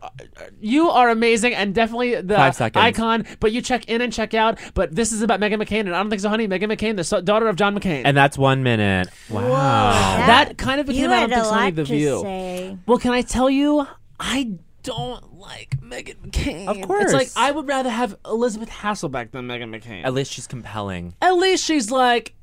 you are amazing and definitely the Five seconds. icon, but you check in and check out. But this is about Megan McCain, and I don't think so, honey. Megan McCain, the so- daughter of John McCain. And that's one minute. Wow. that kind of became you I don't had think a so, honey, lot the to view. say. Well, can I tell you, I don't like Megan McCain. Of It's like course. I would rather have Elizabeth Hasselbeck than Megan McCain. At least she's compelling. At least she's like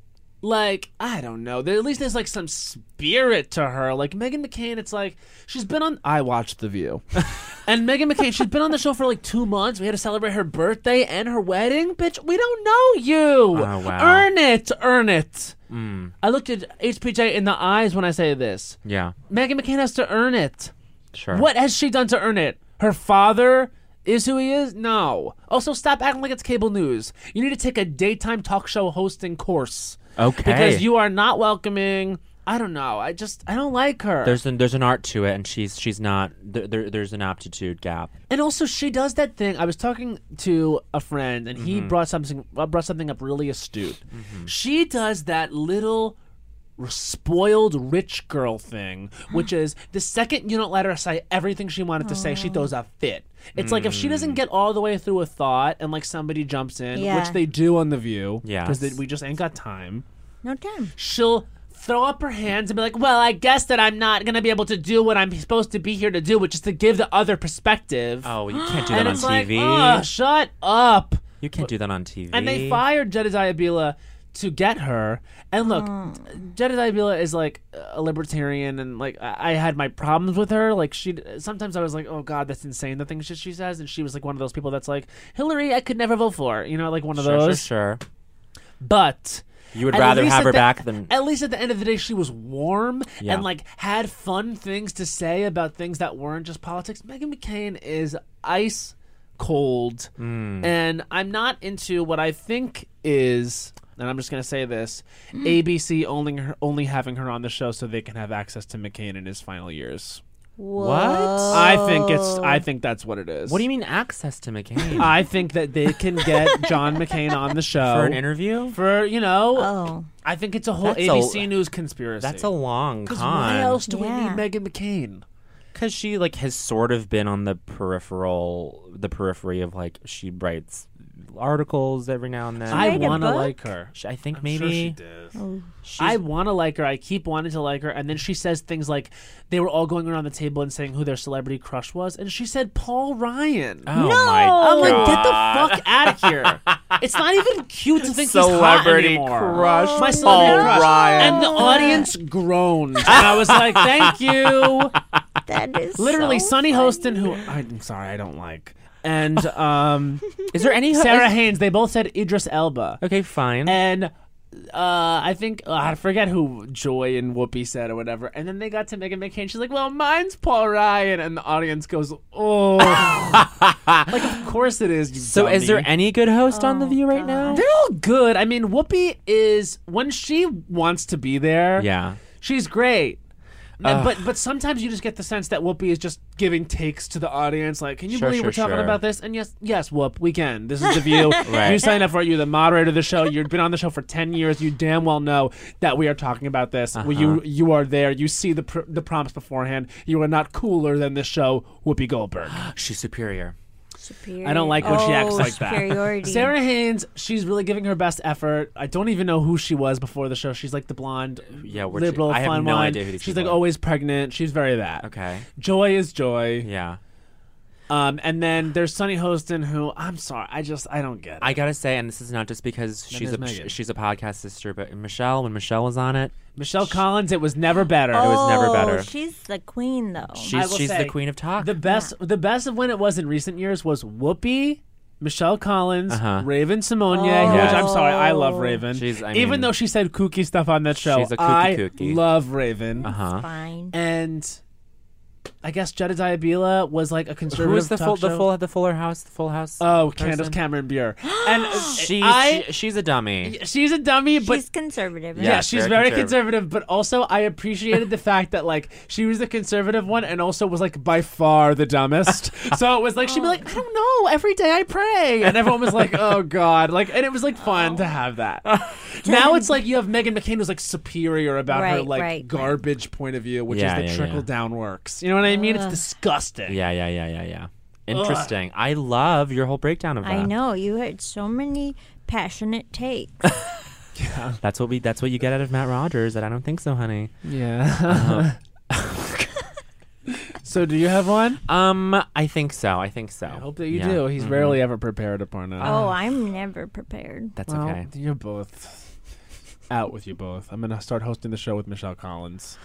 like I don't know. There, at least there's like some spirit to her. Like Megan McCain, it's like she's been on. I watched The View, and Megan McCain, she's been on the show for like two months. We had to celebrate her birthday and her wedding. Bitch, we don't know you. Oh, wow. Mm. Earn it, earn it. I looked at HPJ in the eyes when I say this. Yeah, Megan McCain has to earn it. sure. What has she done to earn it? Her father is who he is? No. Also, stop acting like it's cable news. You need to take a daytime talk show hosting course. Okay. Because you are not welcoming. I don't know. I just, I don't like her. There's an there's an art to it, and she's she's not. There, there there's an aptitude gap. and also, she does that thing. I was talking to a friend, and Mm-hmm. he brought something uh, brought something up really astute. She does that little spoiled rich girl thing, which is the second you don't let her say everything she wanted to say, she throws a fit. It's like if she doesn't Mm. get all the way through a thought and like somebody jumps in, Yeah. which they do on The View, because Yes. we just ain't got time, No time. she'll throw up her hands and be like, well, I guess that I'm not going to be able to do what I'm supposed to be here to do, which is to give the other perspective. Oh, you can't do that and on it's like, TV. "Ugh, shut up. you can't do that on TV. And they fired Jedediah Bila to get her. And look, Jedediah Bila is like a libertarian, and like I I had my problems with her. Like she, sometimes I was like, oh god, that's insane the things she, she says. And she was like one of those people that's like, Hillary, I could never vote for. You know, like one of Sure, sure, those. sure. But. You would at rather least have at her the- back than. At least at the end of the day, she was warm Yeah. and like had fun things to say about things that weren't just politics. Megan McCain is ice cold, Hmm. and I'm not into what I think is. And I'm just gonna say this: ABC only her, only having her on the show so they can have access to McCain in his final years. Whoa. I think it's. I think that's what it is. What do you mean access to McCain I think that they can get John McCain on the show for an interview? for, you know. Oh, I think it's a whole That's a- ABC News conspiracy. That's a long con. Because why else do we Yeah. need Megan McCain? because she like has sort of been on the peripheral the periphery of like she writes articles every now and then I made a want to book? like her. Sh- I think maybe she's- I want to like her. I keep wanting to like her. And then she says things like they were all going around the table and saying who their celebrity crush was. And she said Paul Ryan. oh my I'm like, get the fuck out of here. It's not even cute to think he's hot Celebrity anymore. crush, My celebrity Paul crush. Ryan. And the Oh, audience groaned. And I was like, thank you. that is Literally, so Sonny funny. Hostin, who I'm sorry, I don't like. And um, is there any Sarah Haynes, they both said Idris Elba. okay fine And uh, I think, uh, I forget who Joy and Whoopi said or whatever. And then they got to Megan McCain. She's like, well, mine's Paul Ryan. And the audience goes, oh. like, of course it is. You so is there dummy. any good host on the Oh, view right now They're all good. I mean, Whoopi is, when she wants to be there, yeah she's great. Ugh. but but sometimes you just get the sense that Whoopi is just giving takes to the audience, like, "Can you Sure, believe we're sure, talking sure. about this?" And yes, yes, Whoop, we can. This is the view. Right. You signed up for it. You're the moderator of the show. You've been on the show for ten years. You damn well know that we are talking about this. Uh-huh. Well, You you are there. You see the pr- the prompts beforehand. You are not cooler than this show, Whoopi Goldberg. She's superior. Superior. I don't like when she acts Oh, like that. Superiority. Sarah Haynes, she's really giving her best effort. I don't even know who she was before the show. She's like the blonde, Yeah, we're- liberal, I have fun no one. idea who these she's people like are. always pregnant. She's very that. Okay. Joy is Joy. Yeah. Um, and then there's Sunny Hostin, who I'm sorry, I just I don't get it. I gotta say, and this is not just because she's there's a Megan. she's a podcast sister, but Michelle, when Michelle was on it, Michelle Collins, it was never better. oh, It was never better. She's the queen, though. she's will she's say, the queen of talk. the best. The best of when it was in recent years was Whoopi. Michelle Collins, Uh-huh. Raven Simone, Oh. which I'm sorry, I love Yes. Raven. She's- I Even mean- though she said kooky stuff on that show, She's a kooky I kooky. love Raven. uh huh. Fine. uh-huh. and I guess Jedediah Bila was like a conservative. Who was the talk full the show- full the Fuller House the Full House? Oh, person? Candace Cameron Bure, and She, I- she she's a dummy. she's a dummy, but. she's conservative. yeah, Yeah, she's very very, conservative. conservative. but also I appreciated the fact that like she was the conservative one, and also was like by far the dumbest. so it was like she'd be like, Oh. I don't know. Every day I pray, and everyone was like, Oh God, like, and it was like fun to have that. now it's like you have Megan McCain who's like superior about her Right, like right, right. garbage point of view, which Yeah, is the yeah, yeah. trickle down works. You know what I mean? It's disgusting. Yeah, yeah, yeah, yeah, yeah. Interesting. I love your whole breakdown of that. I know. You had so many passionate takes. Uh-huh. That's what we. That's what you get out of Matt Rogers. And I don't think so, honey. Uh-huh. Yeah. so do you have one? Um, I think so. I think so. I hope that you Yeah. do. He's Mhm. rarely ever prepared, Aparna. oh, I'm never prepared. That's well, okay. You're both out with you both. I'm gonna start hosting the show with Michelle Collins.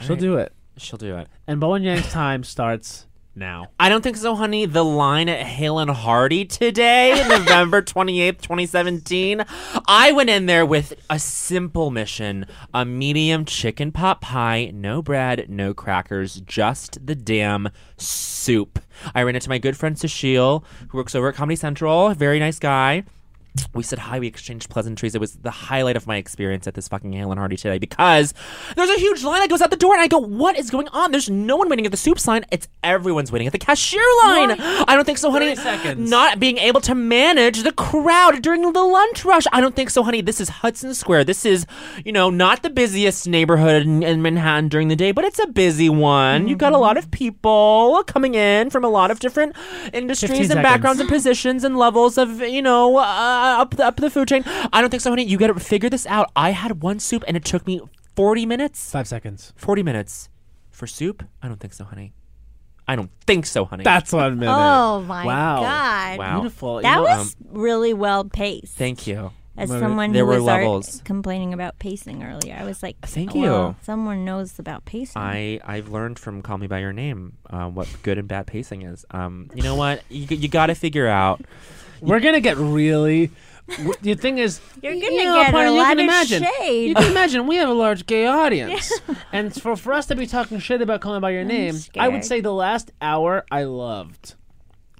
She'll Alright. do it. She'll do it. And Bowen Yang's time starts now. I don't think so, honey. The line at Hale and Hardy today, November 28th, 2017. I went in there with a simple mission a medium chicken pot pie, no bread, no crackers, just the damn soup. I ran into my good friend Sushil, who works over at Comedy Central, very nice guy. We said hi, we exchanged pleasantries. It was the highlight of my experience at this fucking Hale and Hardy today because there's a huge line that goes out the door, and I go, What is going on? There's no one waiting at the soup line. It's everyone's waiting at the cashier line. I don't think so, honey. seconds. Not being able to manage the crowd during the lunch rush. I don't think so, honey. This is Hudson Square. This is, you know, not the busiest neighborhood in, in Manhattan during the day, but it's a busy one. You've got a lot of people coming in from a lot of different industries 15 and seconds. backgrounds and positions and levels of you know uh, up the up the food chain. I don't think so, honey. You got to figure this out. I had one soup and it took me forty minutes. Five seconds. Forty minutes for soup? I don't think so, honey. I don't think so, honey. That's one minute. Oh my Wow. god. Wow. Beautiful. You That know, um, was really well paced. Thank you. As But someone there who were was ar- levels. Uh, complaining about pacing earlier, I was like, Thank well, you. Someone knows about pacing. I I've learned from Call Me by Your Name uh, what good and bad pacing is. Um, you know what? You you got to figure out. We're gonna get really. w- The thing is, You're you gonna know, get Aparna, a you lot can of imagine. shade. You can imagine we have a large gay audience, and for, for us to be talking shit about calling by your name, I would scared. say the last hour I loved.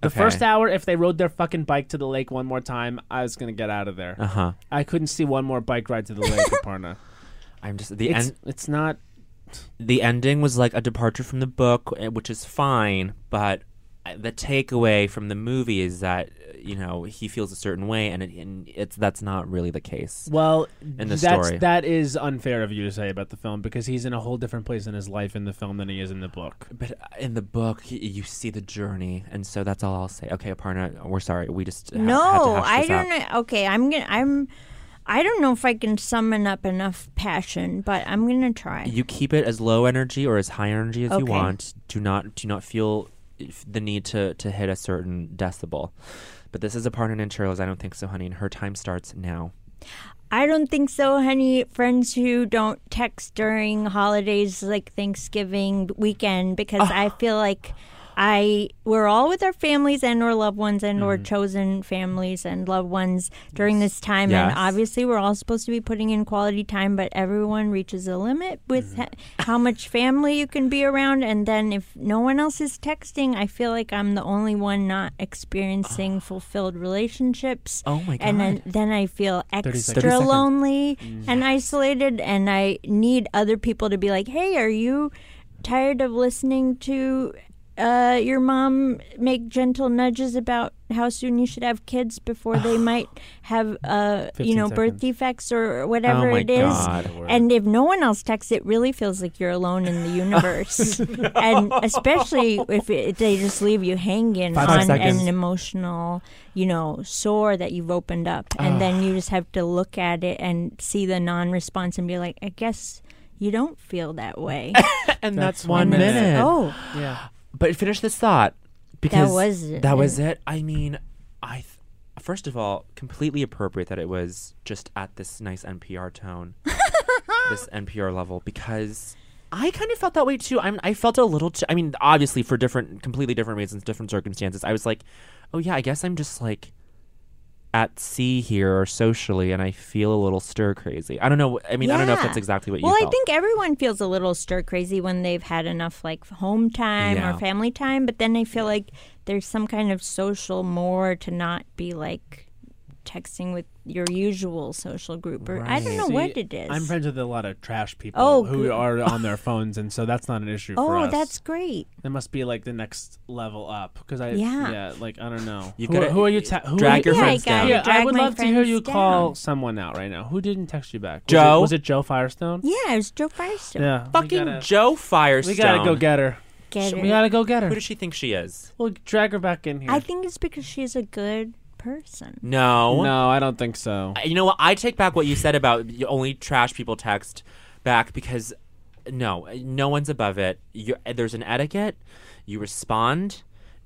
The Okay. first hour, if they rode their fucking bike to the lake one more time, I was gonna get out of there. Uh huh. I couldn't see one more bike ride to the lake, Aparna. I'm just the It's, end. it's not. the ending was like a departure from the book, eh, which is fine, but uh, the takeaway from the movie is that uh, you know he feels a certain way, and, it, and it's that's not really the case. Well, the that's story. that is unfair of you to say about the film because he's in a whole different place in his life in the film than he is in the book. But uh, in the book, y- you see the journey, and so that's all I'll say. Okay, Aparna, we're sorry. We just ha- had to no, hash I this out. don't know. Okay, I'm gonna. I'm. I don't know if I can summon up enough passion, but I'm gonna try. You keep it as low energy or as high energy as you Okay. want. Do not do not feel if- the need to to hit a certain decibel. But this is Aparna Nancherlos. I don't think so, honey. And her time starts now. I don't think so, honey. Friends who don't Ah. text during holidays like Thanksgiving weekend because I feel like I we're all with our families and or loved ones and or chosen families and loved ones during this time Mm. Yes. and obviously we're all supposed to be putting in quality time but everyone reaches a limit with Mm. ha- how much family you can be around and then if no one else is texting I feel like I'm the only one not experiencing fulfilled relationships Ah. Oh my and then, then I feel seconds. 30 extra seconds. Mm. lonely and isolated, and I need other people to be like, "Hey, are you tired of listening to uh, your mom make gentle nudges about how soon you should have kids before they might have, uh, you 15 know, birth seconds. defects or oh whatever my it is?" god. And if no one else texts, it really feels like you're alone in the universe. And especially if it, they just leave you hanging Five on seconds. an emotional, you know, sore that you've opened up. And then you just have to look at it and see the non response and be like, I guess you don't feel that way. And That's that's, one one minute. minute. oh, Yeah. But finish this thought because was it. That was it. I mean, I th- first of all completely appropriate that it was just at this nice NPR tone, this NPR level because I kind of felt that way too. I'm I felt a little. T- I mean, obviously for different, completely different reasons, different circumstances. I was like, oh yeah, I guess I'm just like at sea here socially, and I feel a little stir crazy. I don't know. I mean, I don't know if Yeah. that's exactly what you. well, I felt. think everyone feels a little stir crazy when they've had enough like home time Yeah. or family time, but then I feel like there's some kind of social more to not be like texting with your usual social group or I don't know what it is. I'm friends with a lot of trash people Oh, who good. are on their phones, and so that's not an issue for us. oh, that's great. that must be like the next level up. Because I yeah. Yeah. like I don't know. You who, gotta- who are you? Ta- who drag are your you- Maybe I friends gotta down. Yeah, I drag would my love to hear friends you call down. someone out right now. Who didn't text you back? Was it- Joe? was it Joe Firestone? Yeah, it was Joe Firestone. Yeah, we fucking gotta- Joe Firestone. We gotta go get her. Get We her. gotta go get Who her. does she think she is? We'll drag her back in here. I think it's because she's a good person. No. no, I don't think so. I- You know what? I take back what you said about you only trash people text back because no, no one's above it. you there's an etiquette. You respond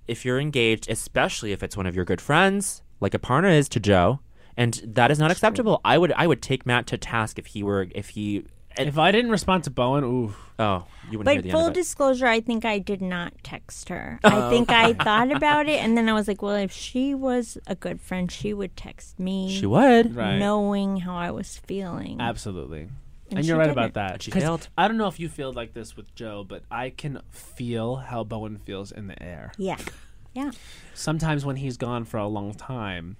if you're engaged, especially if it's one of your good friends, like a partner is to Joe, and that is not acceptable. I would I would take Matt to task if he were if he. and- If I didn't respond to Bowen, ooh, oh, you wouldn't hear But the full end of it. Oh, disclosure, I think I did not text her. I think I thought about it, and then I was like, well, if she was a good friend, she would text me. She would. right? knowing how I was feeling. absolutely. And, And you're she right didn't. about that. And she 'Cause failed. I don't know if you feel like this with Joe, but I can feel how Bowen feels in the air. Yeah. Yeah. sometimes when he's gone for a long time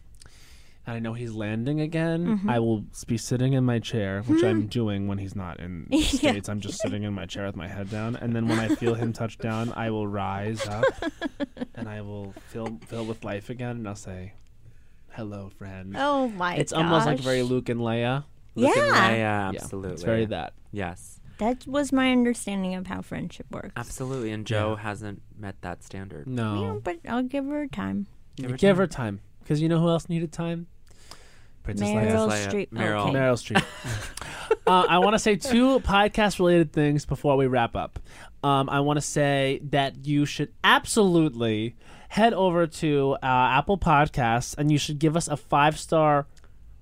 and I know he's landing again, Mm-hmm. I will s- be sitting in my chair, which I'm doing when he's not in the Hmm. Yeah. States. I'm just sitting in my chair with my head down. And then when I feel him touch down, I will rise up and I will fill, fill with life again. And I'll say, hello, friend. Oh my it's almost like very Luke and Leia. Look at Yeah. Leia, Yeah, absolutely. it's very that. Yes, That was my understanding of how friendship works. absolutely. And Joe hasn't met that standard. No. Yeah, but I'll give her time. You give her time. Because you know who else needed time? Princess Leia. Meryl Leia. Streep. Meryl. Okay. Meryl Streep. uh, I want to say two podcast related things before we wrap up. Um, I want to say that you should absolutely head over to uh, Apple Podcasts and you should give us a five star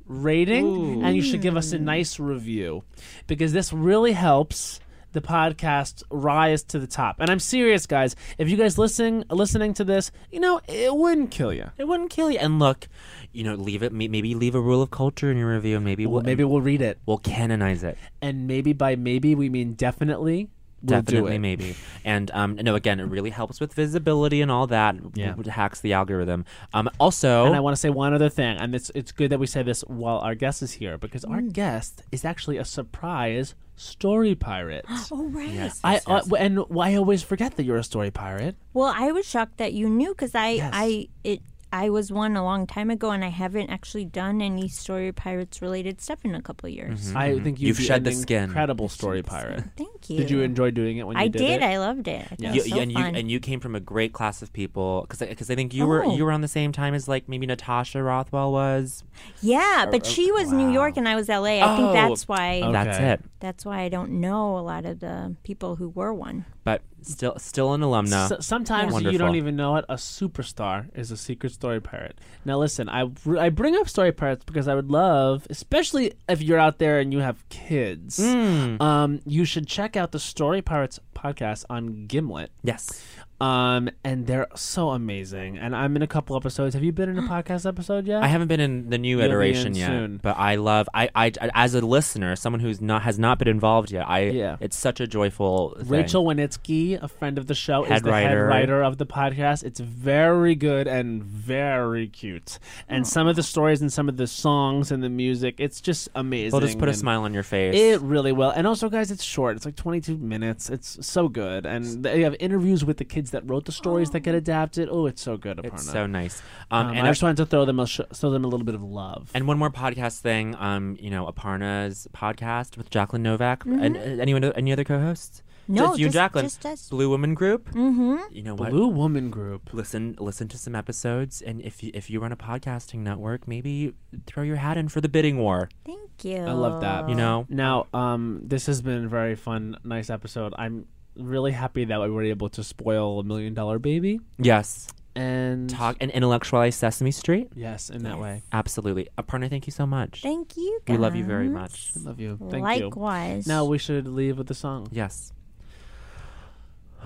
rating and you should give us a nice review because this really helps the podcast rise to the top. And I'm serious, guys. If you guys listen listening to this, you know it wouldn't kill you. It wouldn't kill you. And look, you know, leave it. may- Maybe leave a rule of culture in your review. and Maybe Well, we'll maybe we'll read it, we'll canonize it. and maybe by maybe we mean definitely. We'll do Definitely, it. maybe. And um, no, again, it really helps with visibility and all that. Yeah. It hacks the algorithm. Um, also, And I want to say one other thing, and it's it's good that we say this while our guest is here because our Mm. guest is actually a surprise story pirate. Oh, right. Yes, I yes, uh, yes. and I always forget that you're a story pirate. Well, I was shocked that you knew because I, Yes. I, it, I was one a long time ago, and I haven't actually done any story pirates related stuff in a couple Mm-hmm. years. I think you'd You've be shed the an skin. Incredible story pirate. Thank you. Did you enjoy doing it when you I did? It? did. I loved it. I thought it you, was so and you fun. and you came from a great class of people because because I think you were Oh. you were on the same time as like maybe Natasha Rothwell was. yeah, but she was New York and I was LA. I Oh. think that's why. That's Okay. it. That's why I don't know a lot of the people who were one. But still, still an alumna. S- sometimes you Wonderful. don't even know it. A superstar is a secret story pirate. Now, listen, I, r- I bring up story pirates because I would love, especially if you're out there and you have kids, um, you should check out the Story Pirates podcast on Gimlet. Yes. Um, and they're so amazing. And I'm in a couple episodes. Have you been in a podcast episode yet? I haven't been in the new You'll be iteration in yet, soon. but I love. I, I as a listener, someone who's not has not been involved yet. I Yeah. It's such a joyful. thing. Rachel Winitsky, a friend of the show, is Head the head writer. writer of the podcast. It's very good and very cute. And some of the stories and some of the songs and the music, it's just amazing. They'll just put a and- smile on your face. It really will. And also, guys, it's short. It's like 22 minutes. It's so good. And they have interviews with the kids that wrote the stories that get adapted. Oh, it's so good, Aparna. it's so nice. Um, um, and I just wanted to throw them a sh- throw them a little bit of love. And one more podcast thing, um, you know, Aparna's podcast with Jacqueline Novak. And Mm-hmm. uh, anyone, any other co-hosts? No, just you, and just- Jacqueline. just us. Blue Woman Group. Mm-hmm. You know what? Blue Woman Group. Listen, listen to some episodes, and if you, if you run a podcasting network, maybe throw your hat in for the bidding war. Thank you. I love that. You know, Now, um, this has been a very fun, nice episode. I'm really happy that we were able to spoil a million dollar baby yes, and talk and intellectualize Sesame Street. Yes, in that way. Absolutely, Aparna. Thank you so much. Thank you. we love you very guys. much. I love you. Thank you. Likewise. Now we should leave with the song. Yes.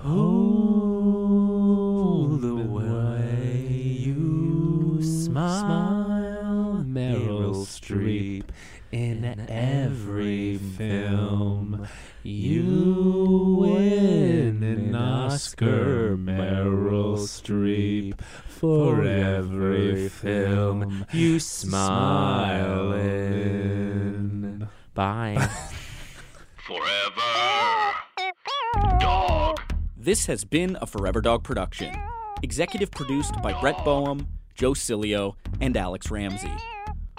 Oh, the way you smile, Meryl Streep. In every film, you win an Oscar, Meryl Streep, for every film you smile smile in. in. Bye. This has been a Forever Dog production. Executive produced by Brett Boehm, Joe Cilio, and Alex Ramsey.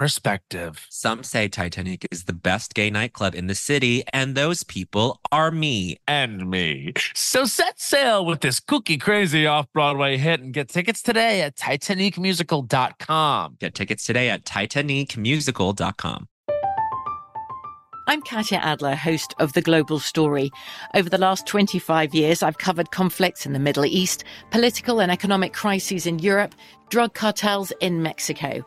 perspective. Some say Titanic is the best gay nightclub in the city, and those people are me. and me. So set sail with this cookie crazy off Broadway hit and get tickets today at TitanicMusical.com. Get tickets today at titanicmusical.com. I'm Katya Adler, host of The Global Story. Over the last 25 years, I've covered conflicts in the Middle East, political and economic crises in Europe, drug cartels in Mexico.